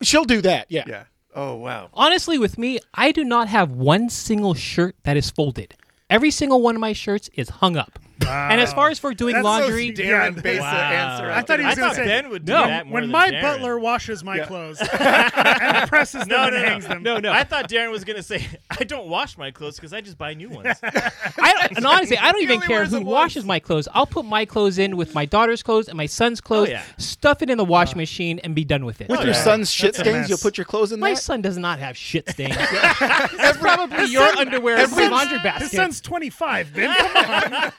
She'll do that. Yeah. Yeah. Oh wow. Honestly, with me, I do not have one single shirt that is folded. Every single one of my shirts is hung up. And as far as for doing That's so laundry, stupid. Darren Yeah. based the answer. I on thought he that. was gonna I thought say, Ben would do no, that more when than my Darren. butler washes my [LAUGHS] clothes and presses them No, and no, no, hangs no, them, no, no. I thought Darren was gonna say, [LAUGHS] "I don't wash my clothes because I just buy [LAUGHS] new ones." I, and honestly, I don't even only care wears who it once. washes my clothes. I'll put my clothes in with my daughter's clothes and my son's clothes, yeah. stuff it in the washing machine, and be done with it. With your yeah. son's shit That's a stains, mess. you'll put your clothes in my that. son does not have shit stains. That's probably your underwear in His my son's- laundry His basket. son's 25, Ben. [LAUGHS] Come on.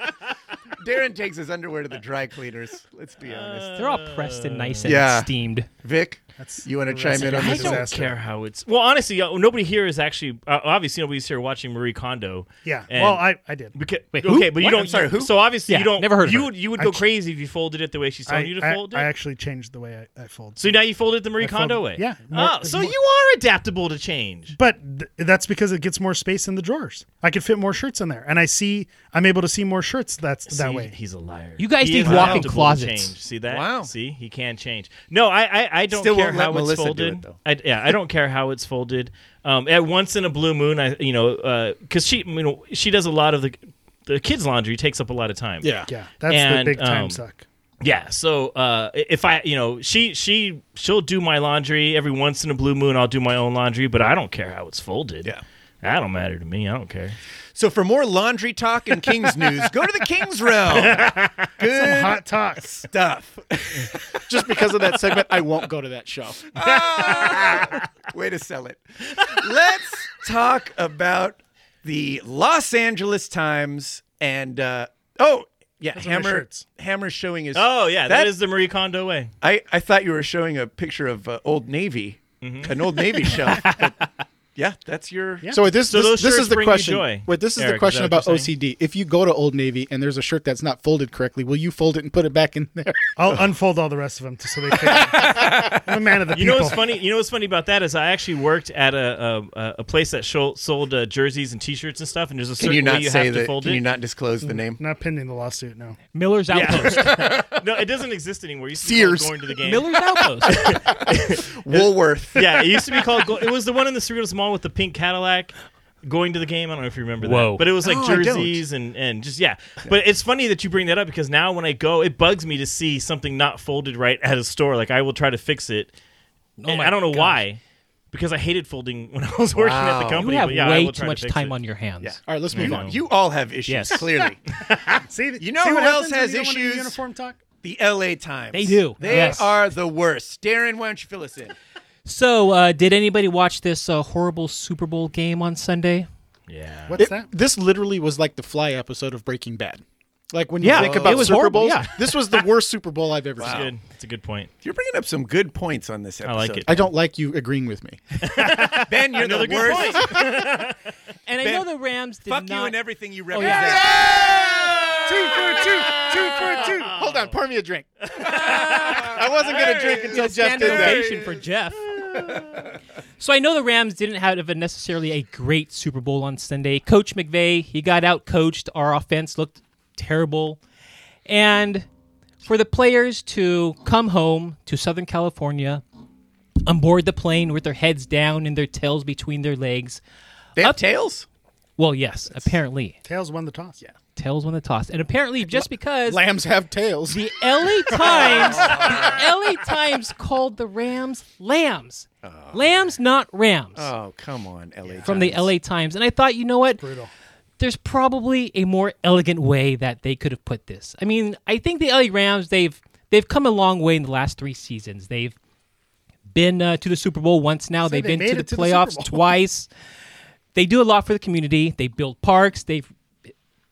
Darren takes his underwear to the dry cleaners. Let's be honest. They're all pressed and nice and Yeah. steamed. Vic, you want to chime in on I this? Disaster. don't care how it's. Well, honestly, uh, nobody here is actually. Uh, obviously, nobody's here watching Marie Kondo. Yeah. And- well, I, I did. Because, Wait, who? okay, but you What? don't. I'm sorry, who? So obviously Yeah, you don't. never heard of you her. would you would I go ch- crazy if you folded it the way she's I, telling you to I- fold I it. actually changed the way I, I fold. so now you fold it the Marie I fold Kondo it- way. yeah, oh, more- so more- you are adaptable to change. but th- that's because it gets more space in the drawers. I could fit more shirts in there, and I see I'm able to see more shirts. That's that See, way. He's a liar. You guys He need is walk-in adaptable to closets. change. See that? Wow. See, he can change. No, I I, I don't Still care won't let how it's Melissa do folded. it, though. I, yeah, I don't care how it's folded. Um, at once in a blue moon, I you know, because she you know she does a lot of the the kids' laundry takes up a lot of time. yeah, that's And, the big time um, suck. Yeah, so uh, if I, you know, she she she'll do my laundry every once in a blue moon. I'll do my own laundry, but I don't care how it's folded. Yeah. that don't matter to me. I don't care. So for more laundry talk and [LAUGHS] King's news, go to the King's [LAUGHS] realm. Good Hot talks. stuff. Just because of that segment, I won't go to that show. Ah, [LAUGHS] way to sell it. Let's talk about the Los Angeles Times and uh, oh yeah, are my Hammer. shirts. Hammer's showing his. Oh yeah, That- that is the Marie Kondo way. I I thought you were showing a picture of uh, Old Navy, Mm-hmm. an Old Navy [LAUGHS] shelf. but yeah, that's your. So wait, this So this, those this shirts is the bring you question. joy, Wait, this is Eric, the is question that what about you're OCD. If you go to Old Navy and there's a shirt that's not folded correctly, will you fold it and put it back in [LAUGHS] there? I'll unfold all the rest of them just so they fit. I'm a man of the You know people. what's funny? You know what's funny about that is I actually worked at a a, a place that sho- sold uh, jerseys and T-shirts and stuff, and there's a Can certain you way not you say have to that? fold Can it. Mm-hmm. you not disclose the name? Not pending the lawsuit. No. Miller's Outpost. [LAUGHS] [LAUGHS] no, it doesn't exist anymore. You used to Sears. Sears. going to the game. [LAUGHS] Miller's [LAUGHS] Outpost. Woolworth. yeah, it used to be called. Go- it was the one in the Cerritos Mall with the pink Cadillac. Going to the game, I don't know if you remember Whoa. that, but it was like No, I don't. jerseys and and just yeah. But it's funny that you bring that up because now when I go, it bugs me to see something not folded right at a store. Like I will try to fix it. and Oh my I don't know gosh. why, because I hated folding when I was working at Wow. the You company. have but yeah, I way will too try much to fix time it. on your hands. Yeah. All right, let's move on. You all have issues, Yes. [LAUGHS] clearly. See, You know see who what else happens has when you don't wanna do issues? Uniform talk. The LA Times. They do. They Yes. are the worst. Darren, why don't you fill us in? So, uh, did anybody watch this uh, horrible Super Bowl game on Sunday? Yeah. What's It- that? This literally was like the Fly episode of Breaking Bad. Like when you Yeah, think it about was Super horrible, Bowls, yeah. this was the worst Super Bowl I've ever That's seen. good. That's a good point. You're bringing up some good points on this episode. like it. I don't like you agreeing with me. Ben, you're the worst. And I Ben, know the Rams did Fuck not. you and everything you Oh, represent. yeah. Two for two. Two for two. Hold on, pour me a drink. I wasn't gonna drink until Jeff standing did that. [LAUGHS] ovation for Jeff. so I know the Rams didn't have a necessarily a great Super Bowl on Sunday. Coach McVay, he got out coached. Our offense looked terrible. And for the players to come home to Southern California on board the plane with their heads down and their tails between their legs. They have Up- tails? Well, yes, apparently. Tails won the toss. Yeah. Tails won the toss. And apparently just because Lambs have tails. the LA Times, the LA Times called the Rams lambs. lambs, not rams. Oh, come on, LA from the LA Times. And I thought, you know what? Brutal. There's probably a more elegant way that they could have put this. I mean, I think the LA Rams, they've they've come a long way in the last 3 seasons. They've been uh, to the Super Bowl once now. They've they been made to the it to the Super playoffs Bowl. twice. They do a lot for the community. They build parks. They've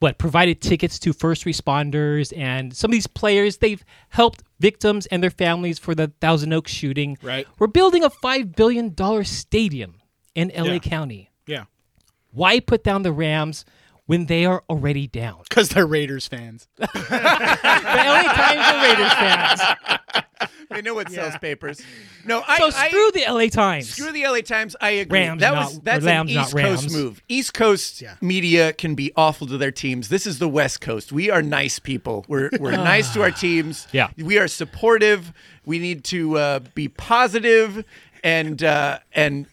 what provided tickets to first responders and some of these players they've helped victims and their families for the Thousand Oaks shooting. Right. We're building a five billion dollar stadium in LA Yeah. County. [LAUGHS] Yeah. Why put down the Rams when they are already down? Because they're Raiders fans. the LA Times are Raiders fans. They know what sells papers. No, I So I- screw the LA Times. Screw the LA Times. I agree. Rams, that not- was that's or Lambs, an not East Coast Rams. move. East Coast media can be awful to their teams. This is the West Coast. We are nice people. We're we're nice to our teams. Ah. Yeah. we are supportive. We need to uh, be positive and uh, and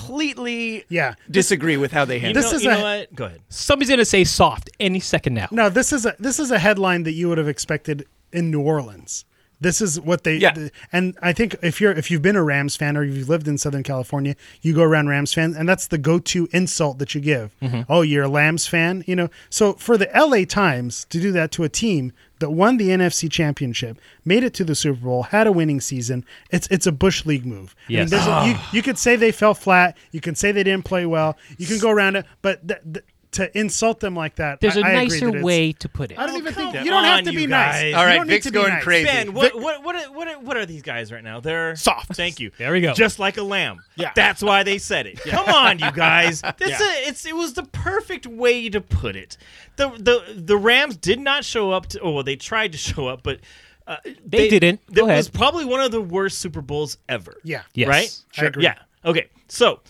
completely Yeah. disagree with how they handle. This No, is you a- know what? Go ahead. Somebody's gonna say soft any second now. No, this is a this is a headline that you would have expected in New Orleans. This is what they Yeah. the- and I think if you're if you've been a Rams fan or you've lived in Southern California, you go around Rams fan and that's the go-to insult that you give. Oh, you're a Lambs fan, you know. So for the LA Times to do that to a team that won the NFC championship, made it to the Super Bowl, had a winning season, it's it's a Bush League move. I mean, Yes. there's a- you, you could say they fell flat, you can say they didn't play well, you can go around it, but th- th- to insult them like that There's a a nicer way to put it. I don't even think come you don't have on, to you be guys. nice. All You right, don't need Vic's to be going nice. crazy. Ben, what, what, what, are- what, are- what are these guys right now? They're Soft. Thank you. There we go. Just like a lamb. Yeah. That's why they said it. Come on, you guys. This Yeah. is- it's it was the perfect way to put it. The the the Rams did not show up. To, oh, well, they tried to show up, but uh, They didn't. That Go ahead. was probably one of the worst Super Bowls ever. Yeah. Yes. Right. I agree. Yeah. Okay. So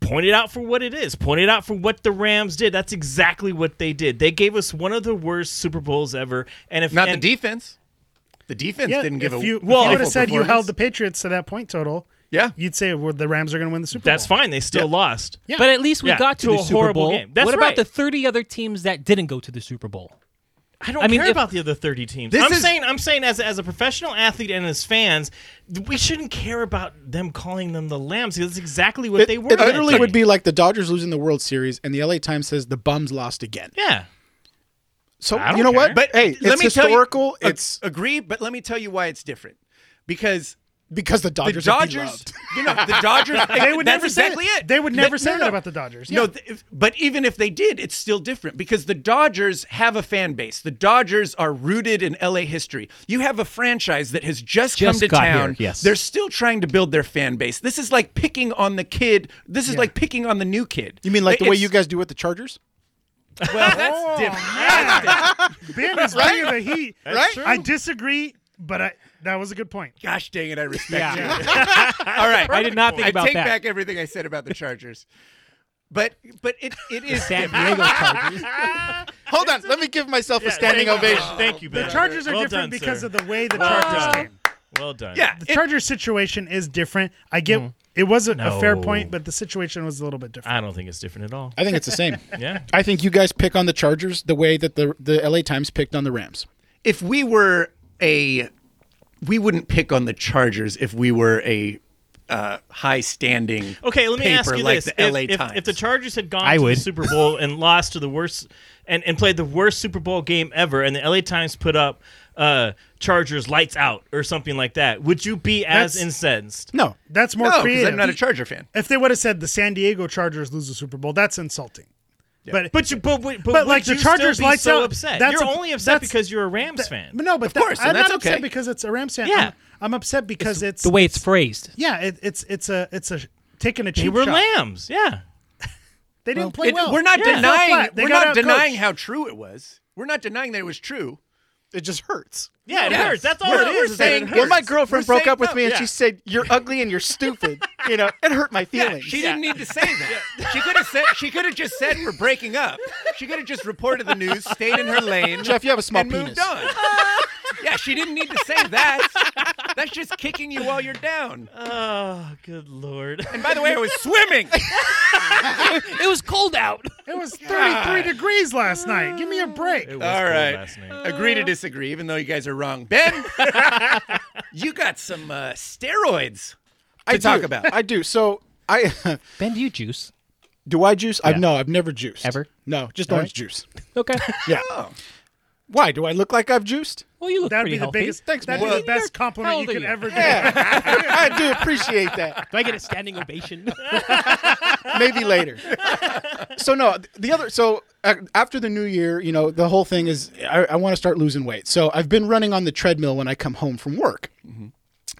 point it out for what it is. Point it out for what the Rams did. That's exactly what they did. They gave us one of the worst Super Bowls ever. And if Not and- the defense. The defense Yeah, didn't give if a you, if awful you would have said you performance. held the Patriots to that point total. Yeah. you'd say well, the Rams are going to win the Super that's Bowl. fine. They still lost. But at least we Yeah, got to, to the a Super horrible Bowl. game. That's what right. about the 30 other teams that didn't go to the Super Bowl? I don't I mean, care if- about the other 30 teams. This I'm is- saying I'm saying as a, as a professional athlete and as fans, th- we shouldn't care about them calling them the lambs because that's exactly what It, they were. it that literally time. would be like the Dodgers losing the World Series and the LA Times says the bums lost again. Yeah. So I don't you know care. what? But hey, Let it's me tell you- historical. ag- it's agree, but let me tell you why it's different. Because because the the Dodgers. are Dodgers, beloved. you know, the Dodgers. [LAUGHS] They would that's never exactly say it. They would Th- never no, say no. that about the Dodgers. No, Yeah. th- if- but even if they did, it's still different because the Dodgers have a fan base. The Dodgers are rooted in LA history. You have a franchise that has just, Just come to got here, town. yes. They're still trying to build their fan base. This is like picking on the kid. This is like picking on the new kid. You mean like the way It's- you guys do with the Chargers? Well, that's different. That's different. Ben is bringing the heat. Right? true. I disagree, but I, that was a good point. Gosh dang it, I respect you. All right. I did not think I about take that. back everything I said about the Chargers. But but it, it is San different. [LAUGHS] Diego Chargers. Hold on, let me give myself a standing thank you. ovation. Thank you, Ben. The Chargers are Well different done, because sir. of the way the Well Chargers done. came. Well done. Yeah. The it- Chargers situation is different. I get it wasn't a fair point, No. but the situation was a little bit different. I don't think it's different at all. I think it's the same. Yeah. I think you guys pick on the Chargers the way that the the LA Times picked on the Rams. if we were a we wouldn't pick on the Chargers if we were a uh, high standing Okay, let me paper ask you like this: the if, LA if- Times. if the Chargers had gone I to would. the Super Bowl and lost to the worst and, and played the worst Super Bowl game ever, and the LA Times put up uh, Chargers lights out or something like that, would you be as That's- incensed? No, That's more no, 'cause creative. I'm not a Charger fan. if they would have said the San Diego Chargers lose the Super Bowl, that's insulting. But But you, but, but, But, like, would the you Chargers still be lights so out, upset. that's You're a- only upset that's- because you're a Rams fan. no, but that- course, and I'm that's not upset okay. because it's a Rams fan. Yeah. I'm, I'm upset because it's, the way it's phrased. yeah, it, it's it's a it's a taking a cheap They were shot. lambs. Yeah. They didn't play It- well. we're not They fell denying flat. They we're got not outcoached. denying how true it was. We're not denying that it was true. it just hurts. Yeah, it Yeah. hurts. That's all We're- it we're is, is that it saying- hurts. Well, When my hurts. girlfriend We're broke saying up with no. me and Yeah. she said, "You're ugly and you're [LAUGHS] stupid," you know, it hurt my feelings. She didn't need to say that. She could have said she could have just said we're breaking up. She could have just reported the news, stayed in her lane. Jeff, you have a small and moved penis. on. yeah, she didn't need to say that. That's just kicking you while you're down. Oh, good lord. And by the way, I was swimming. It was cold out. It was 33 degrees last night. Give me a break. It was All cold right. last night. Agree to disagree, even though you guys are wrong. Ben, [LAUGHS] you got some uh, steroids. I talk do. about. I do. So I [LAUGHS] [LAUGHS] Ben, do you juice? do I juice? I've no, I've never juiced Ever? No, just orange juice. Okay. Yeah. Why do I look like I've juiced? Well, you look That'd pretty be the healthy. biggest. Thanks, that'd man. be the best compliment How you old are could you? ever get. Yeah, I do appreciate that. Do I get a standing ovation? Maybe later. So no, the other so a- after the new year, you know, the whole thing is I, I want to start losing weight. So I've been running on the treadmill when I come home from work. Mm-hmm.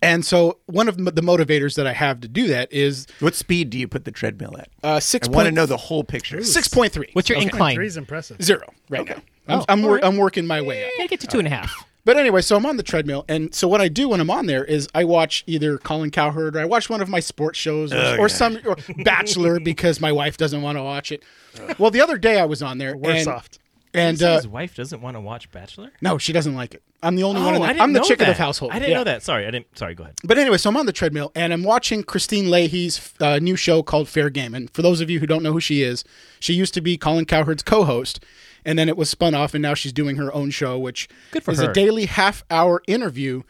And so one of the motivators that I have to do that is What speed do you put the treadmill at? uh, six. I want to point- know the whole picture. six point three. [LAUGHS] What's your incline? Three's impressive. zero right now? Oh. I'm I'm, wor- I'm working my way up. Gotta get to two and a half. But anyway, so I'm on the treadmill, and so what I do when I'm on there is I watch either Colin Cowherd or I watch one of my sports shows or, Oh, or some or [LAUGHS] Bachelor because my wife doesn't want to watch it. Well, the other day I was on there. We're and, soft. And uh, His wife doesn't want to watch Bachelor. no, she doesn't like it. I'm the only one. Oh, In I the, didn't I'm the know chick that. of the household. I didn't Yeah. know that. Sorry, I didn't. Sorry, go ahead. But anyway, so I'm on the treadmill and I'm watching Christine Leahy's uh, new show called Fair Game. And for those of you who don't know who she is, she used to be Colin Cowherd's co-host, and then it was spun off, and now she's doing her own show, which Good for is her. a daily half-hour interview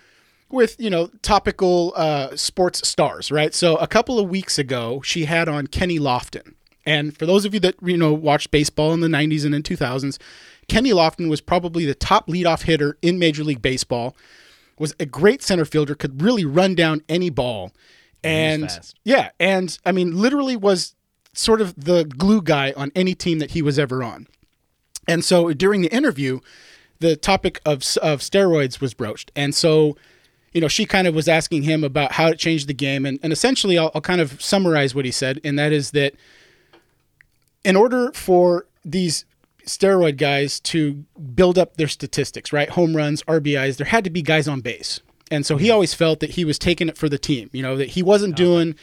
with you know topical uh, sports stars, right? So a couple of weeks ago, she had on Kenny Lofton, and for those of you that you know watched baseball in the '90s and in 2000s, Kenny Lofton was probably the top leadoff hitter in Major League Baseball. Was a great center fielder, could really run down any ball, and fast. yeah, and I mean, literally was sort of the glue guy on any team that he was ever on. And so during the interview, the topic of of steroids was broached, and so you know she kind of was asking him about how it changed the game, and and essentially I'll, I'll kind of summarize what he said, and that is that in order for these steroid guys to build up their statistics, right? Home runs, RBIs, there had to be guys on base. And so he always felt that he was taking it for the team, you know, that he wasn't doing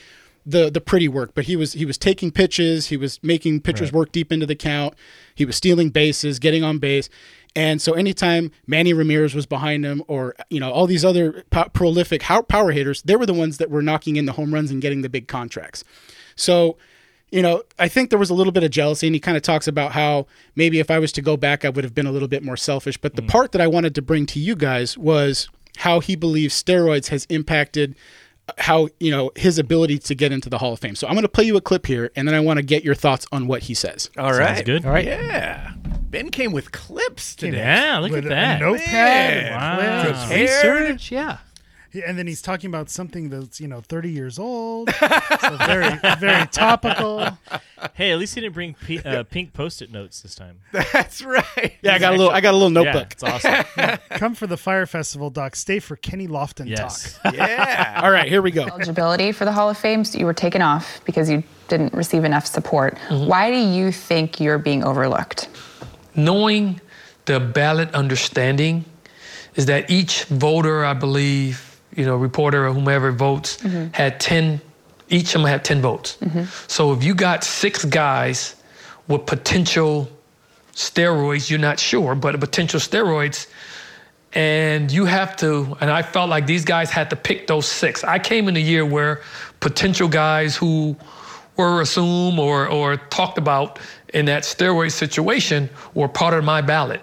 the the pretty work, but he was he was taking pitches, he was making pitchers work deep into the count, he was stealing bases, getting on base. And so anytime Manny Ramirez was behind him or you know all these other po- prolific ho- power hitters, they were the ones that were knocking in the home runs and getting the big contracts. So you know, I think there was a little bit of jealousy, and he kind of talks about how maybe if I was to go back, I would have been a little bit more selfish. But the Mm. part that I wanted to bring to you guys was how he believes steroids has impacted uh, how you know his ability to get into the Hall of Fame. So I'm going to play you a clip here, and then I want to get your thoughts on what he says. All right. That's good. All right. Yeah. Ben came with clips today. Yeah, look With at a that. notepad. and Wow. clips. Prepared. [LAUGHS] Research, yeah. Yeah, and then he's talking about something that's you know 30 years old so very very topical Hey, at least he didn't bring p- uh, pink post-it notes this time. That's right. Yeah, I got a little, I got a little yeah, notebook. it's awesome. come for the fire festival doc stay for kenny lofton yes. [LAUGHS] talk Yeah. All right, here we go. eligibility for the Hall of Fame, so you were taken off because you didn't receive enough support. Why do you think you're being overlooked? knowing the ballot understanding is that each voter, I believe, you know, reporter or whomever votes, had 10, each of them had 10 votes. So if you got six guys with potential steroids, you're not sure, but potential steroids, and you have to, and I felt like these guys had to pick those six. I came in a year where potential guys who were assumed or, or talked about in that steroid situation were part of my ballot.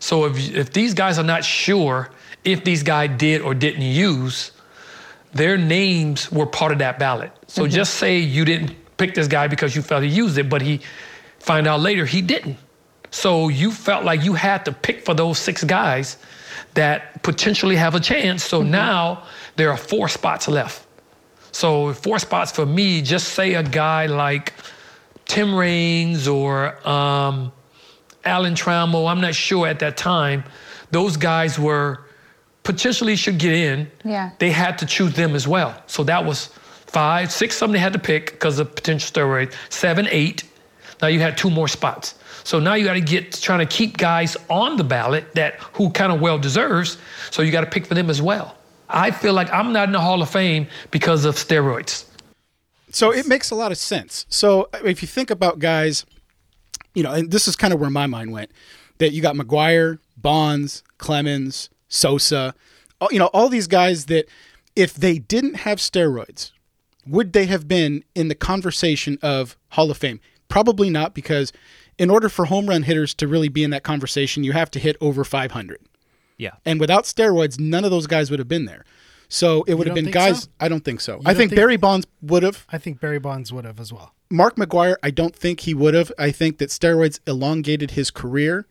So if, if these guys are not sure if these guys did or didn't use, their names were part of that ballot. So just say you didn't pick this guy because you felt he used it, but he find out later he didn't. So you felt like you had to pick for those six guys that potentially have a chance. So now there are four spots left. So four spots for me, just say a guy like Tim Raines or um, Alan Trammell, I'm not sure at that time, those guys were potentially should get in. Yeah. They had to choose them as well. So that was five, six, something they had to pick because of potential steroids, seven, eight. Now you had two more spots. So now you got to get trying to keep guys on the ballot that who kind of well deserves. So you got to pick for them as well. I feel like I'm not in the Hall of Fame because of steroids. So it makes a lot of sense. So uh, if you think about guys, you know, and this is kind of where my mind went, that you got McGuire, Bonds, Clemens, Sosa, all, you know, all these guys that if they didn't have steroids, would they have been in the conversation of Hall of Fame? Probably not, because in order for home run hitters to really be in that conversation, you have to hit over 500. Yeah. And without steroids, none of those guys would have been there. So it would have don't been think so? guys. I don't think so. I don't think think- Barry Bonds would have. i think barry bonds would have as well Mark McGuire, I don't think he would have. I think that steroids elongated his career.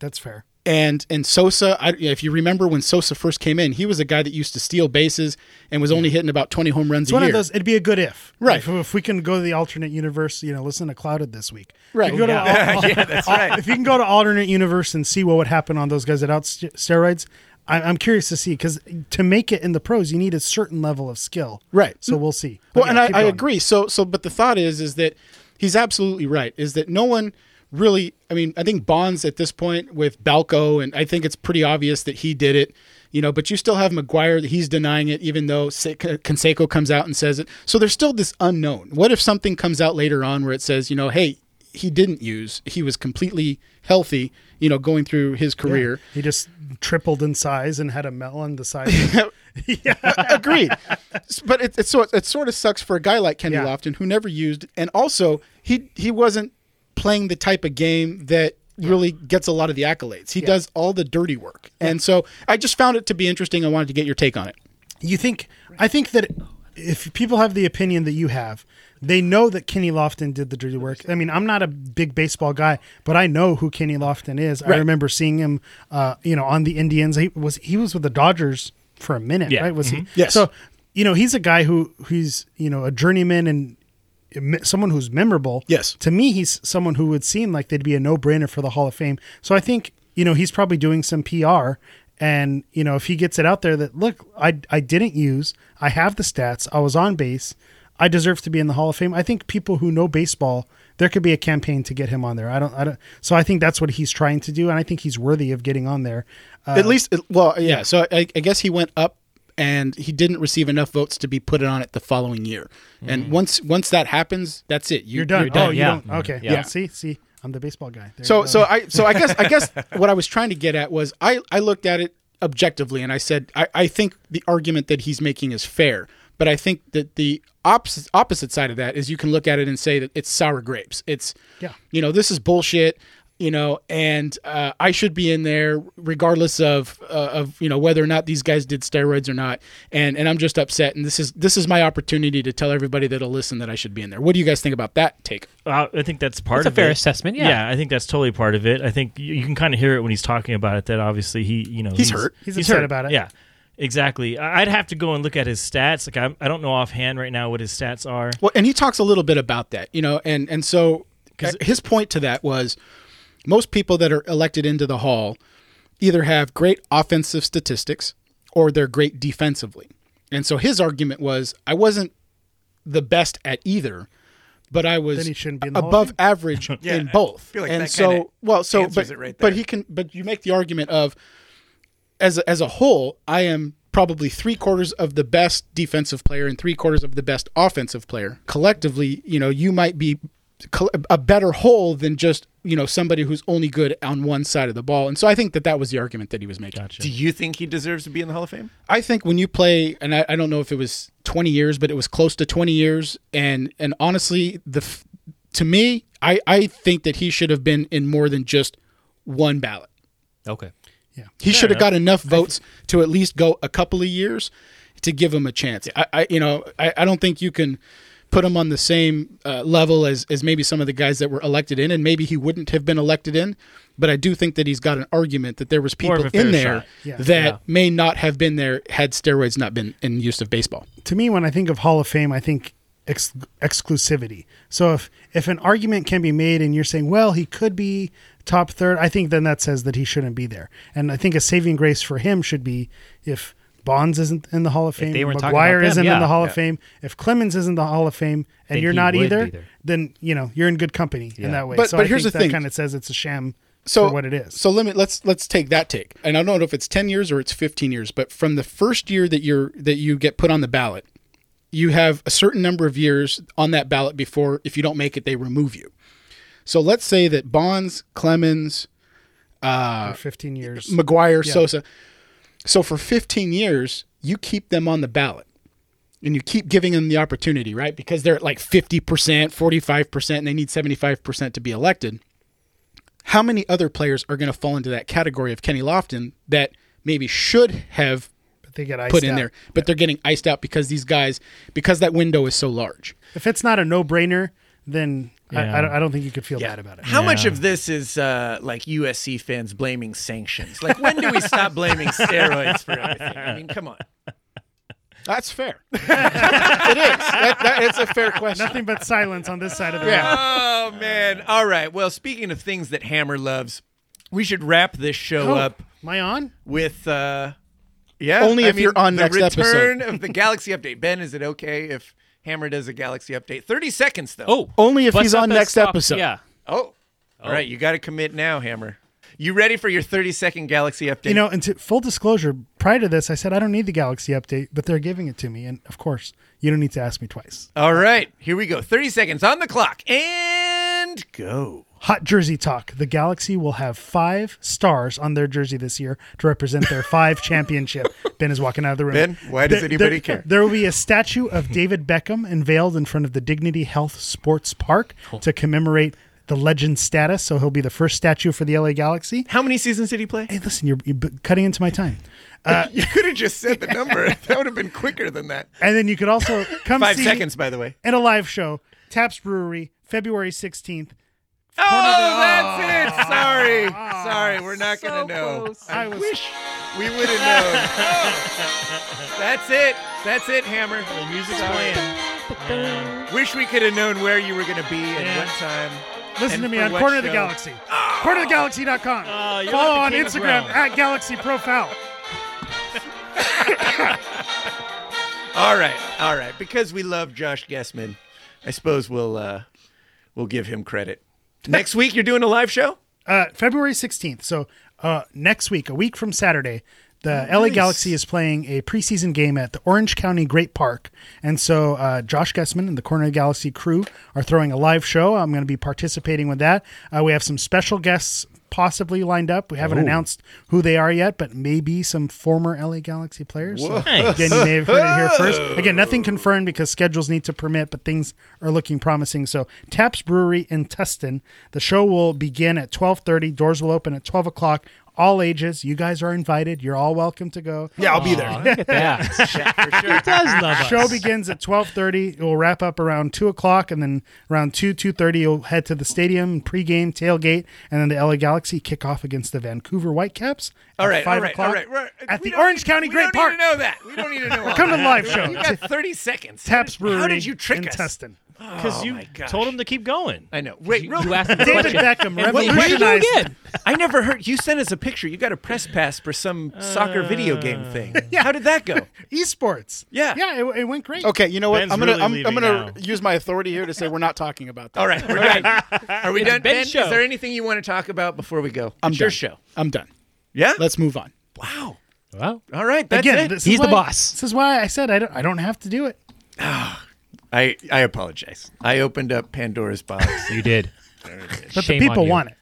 that's fair And and Sosa, I, if you remember when Sosa first came in, he was a guy that used to steal bases and was only hitting about 20 home runs It's a one year. of those. It'd be a good if, Right. If, if we can go to the alternate universe, you know, listen to Clouded this week, Right. If you, go to al- [LAUGHS] that's right. if you can go to alternate universe and see what would happen on those guys without st- steroids, I, I'm curious to see because to make it in the pros, you need a certain level of skill, Right. So we'll see. Well, But and yeah, I, keep I going. agree. So, so, but the thought is, is that he's absolutely right. Is that no one really? I mean, I think Bonds at this point with Balco, and I think it's pretty obvious that he did it. You know, but you still have McGuire that he's denying it, even though Se- Canseco comes out and says it. So there's still this unknown. What if something comes out later on where it says, you know, hey, he didn't use. He was completely healthy. You know, going through his career. He just tripled in size and had a melon the size. [LAUGHS] of- Agreed. S- but it, it, so it, it sort of sucks for a guy like Kenny Yeah. Lofton who never used, and also he he wasn't playing the type of game that really gets a lot of the accolades. He does all the dirty work, and so I just found it to be interesting. I wanted to get your take on it. you think? I think that if people have the opinion that you have, they know that Kenny Lofton did the dirty work. I mean, I'm not a big baseball guy, but I know who Kenny Lofton is. I Right. remember seeing him, uh, you know, on the Indians. He was he was with the Dodgers for a minute, Yeah. right? Was he? Mm-hmm. Yes. So you know, he's a guy who who's you know a journeyman and me- someone who's memorable. Yes. To me, he's someone who would seem like they'd be a no-brainer for the Hall of Fame. So I think you know he's probably doing some PR, and you know if he gets it out there that look, I I didn't use, I have the stats, I was on base, I deserve to be in the Hall of Fame. I think people who know baseball, there could be a campaign to get him on there. I don't, I don't. So I think that's what he's trying to do, and I think he's worthy of getting on there. Uh, at least, it- well, yeah. So I, I guess he went up. And he didn't receive enough votes to be put on it the following year. And once once that happens, that's it. Mm. You, you're done. done. Oh, you yeah. don't. Okay. Yeah. Yeah. See, see, I'm the baseball guy. There you So go. so I so I guess I [LAUGHS] guess what I was trying to get at was I I looked at it objectively and I said I I think the argument that he's making is fair, but I think that the opposite opposite side of that is you can look at it and say that it's sour grapes. It's Yeah. you know this is bullshit. You know, and uh, I should be in there regardless of uh, of you know whether or not these guys did steroids or not, and and I'm just upset. And this is this is my opportunity to tell everybody that'll listen that I should be in there. What do you guys think about that take? Uh, I think that's part That's a of fair it. assessment, yeah. I think that's totally part of it. I think you, you can kind of hear it when he's talking about it. That obviously he, you know, He's hurt. He's upset hurt. about it. Yeah, exactly. I- I'd have to go and look at his stats. Like I'm, I don't know offhand right now what his stats are. Well, and he talks a little bit about that, you know, and and so his point to that was most people that are elected into the hall either have great offensive statistics or they're great defensively. And so his argument was I wasn't the best at either, but I was Then he shouldn't be in the Hall of above average in both. feel like and that kinda so well, so answers but, it right but there. he can but you make the argument of as a, as a whole, I am probably three quarters of the best defensive player and three quarters of the best offensive player. Collectively, you know, you might be col- a better whole than just you know somebody who's only good on one side of the ball. And so I think that that was the argument that he was making. Gotcha. Do you think he deserves to be in the Hall of Fame? I think when you play, and I, I don't know if it was 20 years, but it was close to 20 years, and and honestly, the f- to me, I I think that he should have been in more than just one ballot. Okay. He should have got enough votes to at least go a couple of years to give him a chance. I, I you know, I, I don't think you can put him on the same uh, level as, as maybe some of the guys that were elected in, and maybe he wouldn't have been elected in. But I do think that he's got an argument that there was More of people a fair in there shot. Yeah. that may not have been there had steroids not been in use of baseball. to me, when I think of Hall of Fame, I think ex- exclusivity. So if if an argument can be made and you're saying, well, he could be top third, I think then that says that he shouldn't be there. And I think a saving grace for him should be if Bonds isn't in the Hall of Fame, they weren't talking about McGuire them, isn't yeah. in the Hall of Fame, if Clemens isn't in the Hall of Fame, and Then you're he not would either, be there. then you know you're in good company in that way. But- so but I here's think the that thing. kind of says it's a sham so for what it is. So let me let's let's take that take. And I don't know if it's ten years or it's fifteen years, but from the first year that you're that you get put on the ballot, you have a certain number of years on that ballot before if you don't make it, they remove you. So let's say that Bonds, Clemens, for 15 years. McGuire, Sosa. So for 15 years, you keep them on the ballot and you keep giving them the opportunity, right? Because they're at like 50%, 45%, and they need 75% to be elected. How many other players are going to fall into that category of Kenny Lofton that maybe should have but they get iced put in out. there, but they're getting iced out because these guys, because that window is so large? If it's not a no brainer, then I- Yeah. I, don't- I don't think you could feel bad about it. How much Yeah. of this is uh, like USC fans blaming sanctions? Like, when do we stop [LAUGHS] blaming steroids for everything? I mean, come on. That's fair. it is. That, that, it's a fair question. Nothing but silence on this side of the room. Yeah. Oh man! All right. Well, speaking of things that Hammer loves, we should wrap this show Oh, up Am I on? with. Uh, yeah. Only I if mean, you're on the next episode. return of the Galaxy update. Ben, is it okay if Hammer does a Galaxy update? Thirty seconds though. Oh, Only if what's he's up on at next stop- episode. Yeah. Oh. All right. You got to commit now, Hammer. You ready for your thirty-second Galaxy update? You know, and to full disclosure, prior to this, I said I don't need the Galaxy update, but they're giving it to me, and of course, you don't need to ask me twice. All right. Here we go. Thirty seconds on the clock and go. Hot jersey talk. The Galaxy will have five stars on their jersey this year to represent [LAUGHS] their five championship. Ben is walking out of the room. Ben, why does anybody there, care? There will be a statue of David Beckham unveiled in front of the Dignity Health Sports Park to commemorate the legend status. So he'll be the first statue for the LA Galaxy. How many seasons did he play? Hey, listen, you're, you're cutting into my time. Uh, [LAUGHS] you could have just said the number. [LAUGHS] that would have been quicker than that. And then you [LAUGHS] could also come Five see seconds, by the way. and a live show, Taps Brewery, February 16th. Oh, that's Ah. it. Sorry. Sorry, we're not going to know. I, was- wish we would have [LAUGHS] known. That's it. That's it, Hammer. The music's playing. Wish we could have known where you were going to be and Yeah. what time. Listen And to me for on what Corner of the show? Oh, Galaxy. CorneroftheGalaxy.com. you're Follow like on the king of Instagram Rome. at Galaxy Profile. All right. All right. Because we love Josh Guessman, I suppose we'll uh, we'll give him credit. Next week, you're doing a live show? Uh, February 16th. So uh, next week, a week from Saturday, the LA Galaxy is playing a preseason game at the Orange County Great Park. And so uh, Josh Gessman and the Corner of the Galaxy crew are throwing a live show. I'm going to be participating with that. Uh, we have some special guests possibly lined up. We haven't announced who they are yet, but maybe some former LA Galaxy players. So Nice. Again, you may have heard it here [LAUGHS] first. Again, nothing confirmed because schedules need to permit, but things are looking promising. So, Taps Brewery in Tustin. The show will begin at twelve thirty. Doors will open at twelve o'clock. All ages. You guys are invited. You're all welcome to go. Yeah, I'll be there. Yeah. He does love us. Show begins at twelve thirty. It will wrap up around two o'clock, and then around two two thirty, you'll head to the stadium, pregame tailgate, and then the LA Galaxy kick off against the Vancouver Whitecaps. All at right, five all right, o'clock all right. We're- at we the don't Orange need- County we Great don't Park. Need to know that. We don't need to know. all [LAUGHS] Come to the that. live show. You got 30 seconds. Taps Brewery. How did you trick in us? Tustin. Oh Because you my gosh. told him to keep going. I know. Wait, real You quick. asked him the David question. Beckham And what- what did you revolutionized- do again? [LAUGHS] I never heard. You sent us a picture. You got a press pass for some soccer video Uh, game [LAUGHS] thing. How did that go? esports. Yeah. yeah, it, it went great. Okay, you know what? Ben's I'm gonna really I'm, leaving I'm gonna now. use my authority here to say we're not talking about that. All right, we're done. Are we done? Ben's Ben, show. is there anything you want to talk about before we go? I'm it's done. your show. I'm done. Yeah. Let's move on. wow. Well, All right. That's Again, it. this is He's the why- boss. This is why I said I don't. I don't have to do it. I I apologize. I opened up Pandora's box. you did. But the people want it.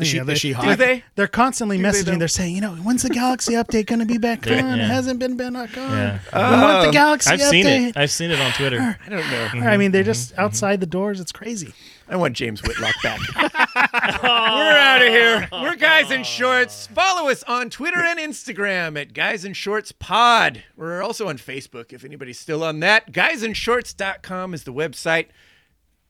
Is she, You know, they- is she hot? [LAUGHS] Do they? They're constantly messaging. though? They are saying, you know, when's the Galaxy update going to be back on? It yeah. hasn't been back on. Yeah. we want the Galaxy I've update. seen it. I've seen it on Twitter. I don't know. Mm-hmm. I mean, Mm-hmm. they're just outside the doors. It's crazy. I want James Whitlock [LAUGHS] back. We're out of here. Oh. We're Guys in Shorts. Follow us on Twitter and Instagram at Guys in Shorts Pod. We're also on Facebook if anybody's still on that. Guysinshorts.com is the website.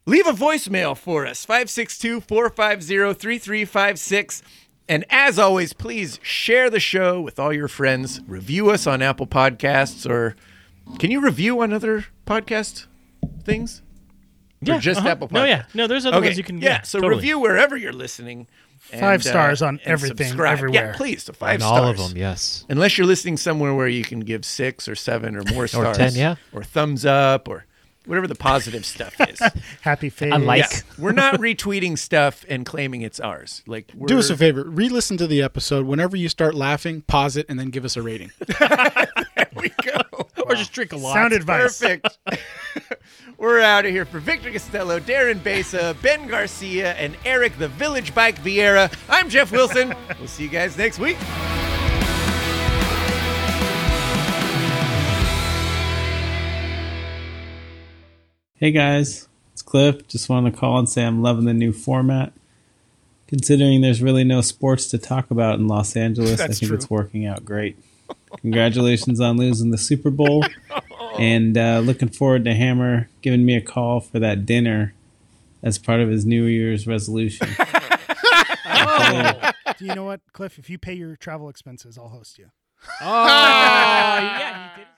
Leave a voicemail for us 562 450 3356. And as always, please share the show with all your friends. Review us on Apple Podcasts or can you review on other podcast things? Yeah, or just uh-huh. Apple Podcasts? No, yeah. No, there's other ones you can- Yeah, yeah, so totally. review wherever you're listening. and, uh, Five stars on and everything, subscribe. everywhere. Yeah, please. So five And stars. all of them, yes. Unless you're listening somewhere where you can give six or seven or [LAUGHS] more stars. 10, yeah. Or thumbs up or whatever the positive [LAUGHS] stuff is. Happy face. I like. Yeah. We're not retweeting stuff and claiming it's ours. Like we're, Do us a favor. Re-listen to the episode. Whenever you start laughing, pause it and then give us a rating. we go. Or just drink a lot. Sound advice. Perfect. [LAUGHS] We're out of here for Victor Costello, Darren Besa, Ben Garcia, and Eric the Village Bike Vieira. I'm Jeff [LAUGHS] Wilson. we'll see you guys next week. Hey guys, it's Cliff. Just wanted to call and say I'm loving the new format. Considering there's really no sports to talk about in Los Angeles, I think it's working out great. Congratulations on losing the Super Bowl, and uh, looking forward to Hammer giving me a call for that dinner as part of his New Year's resolution. Do you know what, Cliff? If you pay your travel expenses, I'll host you. Oh, yeah, he did.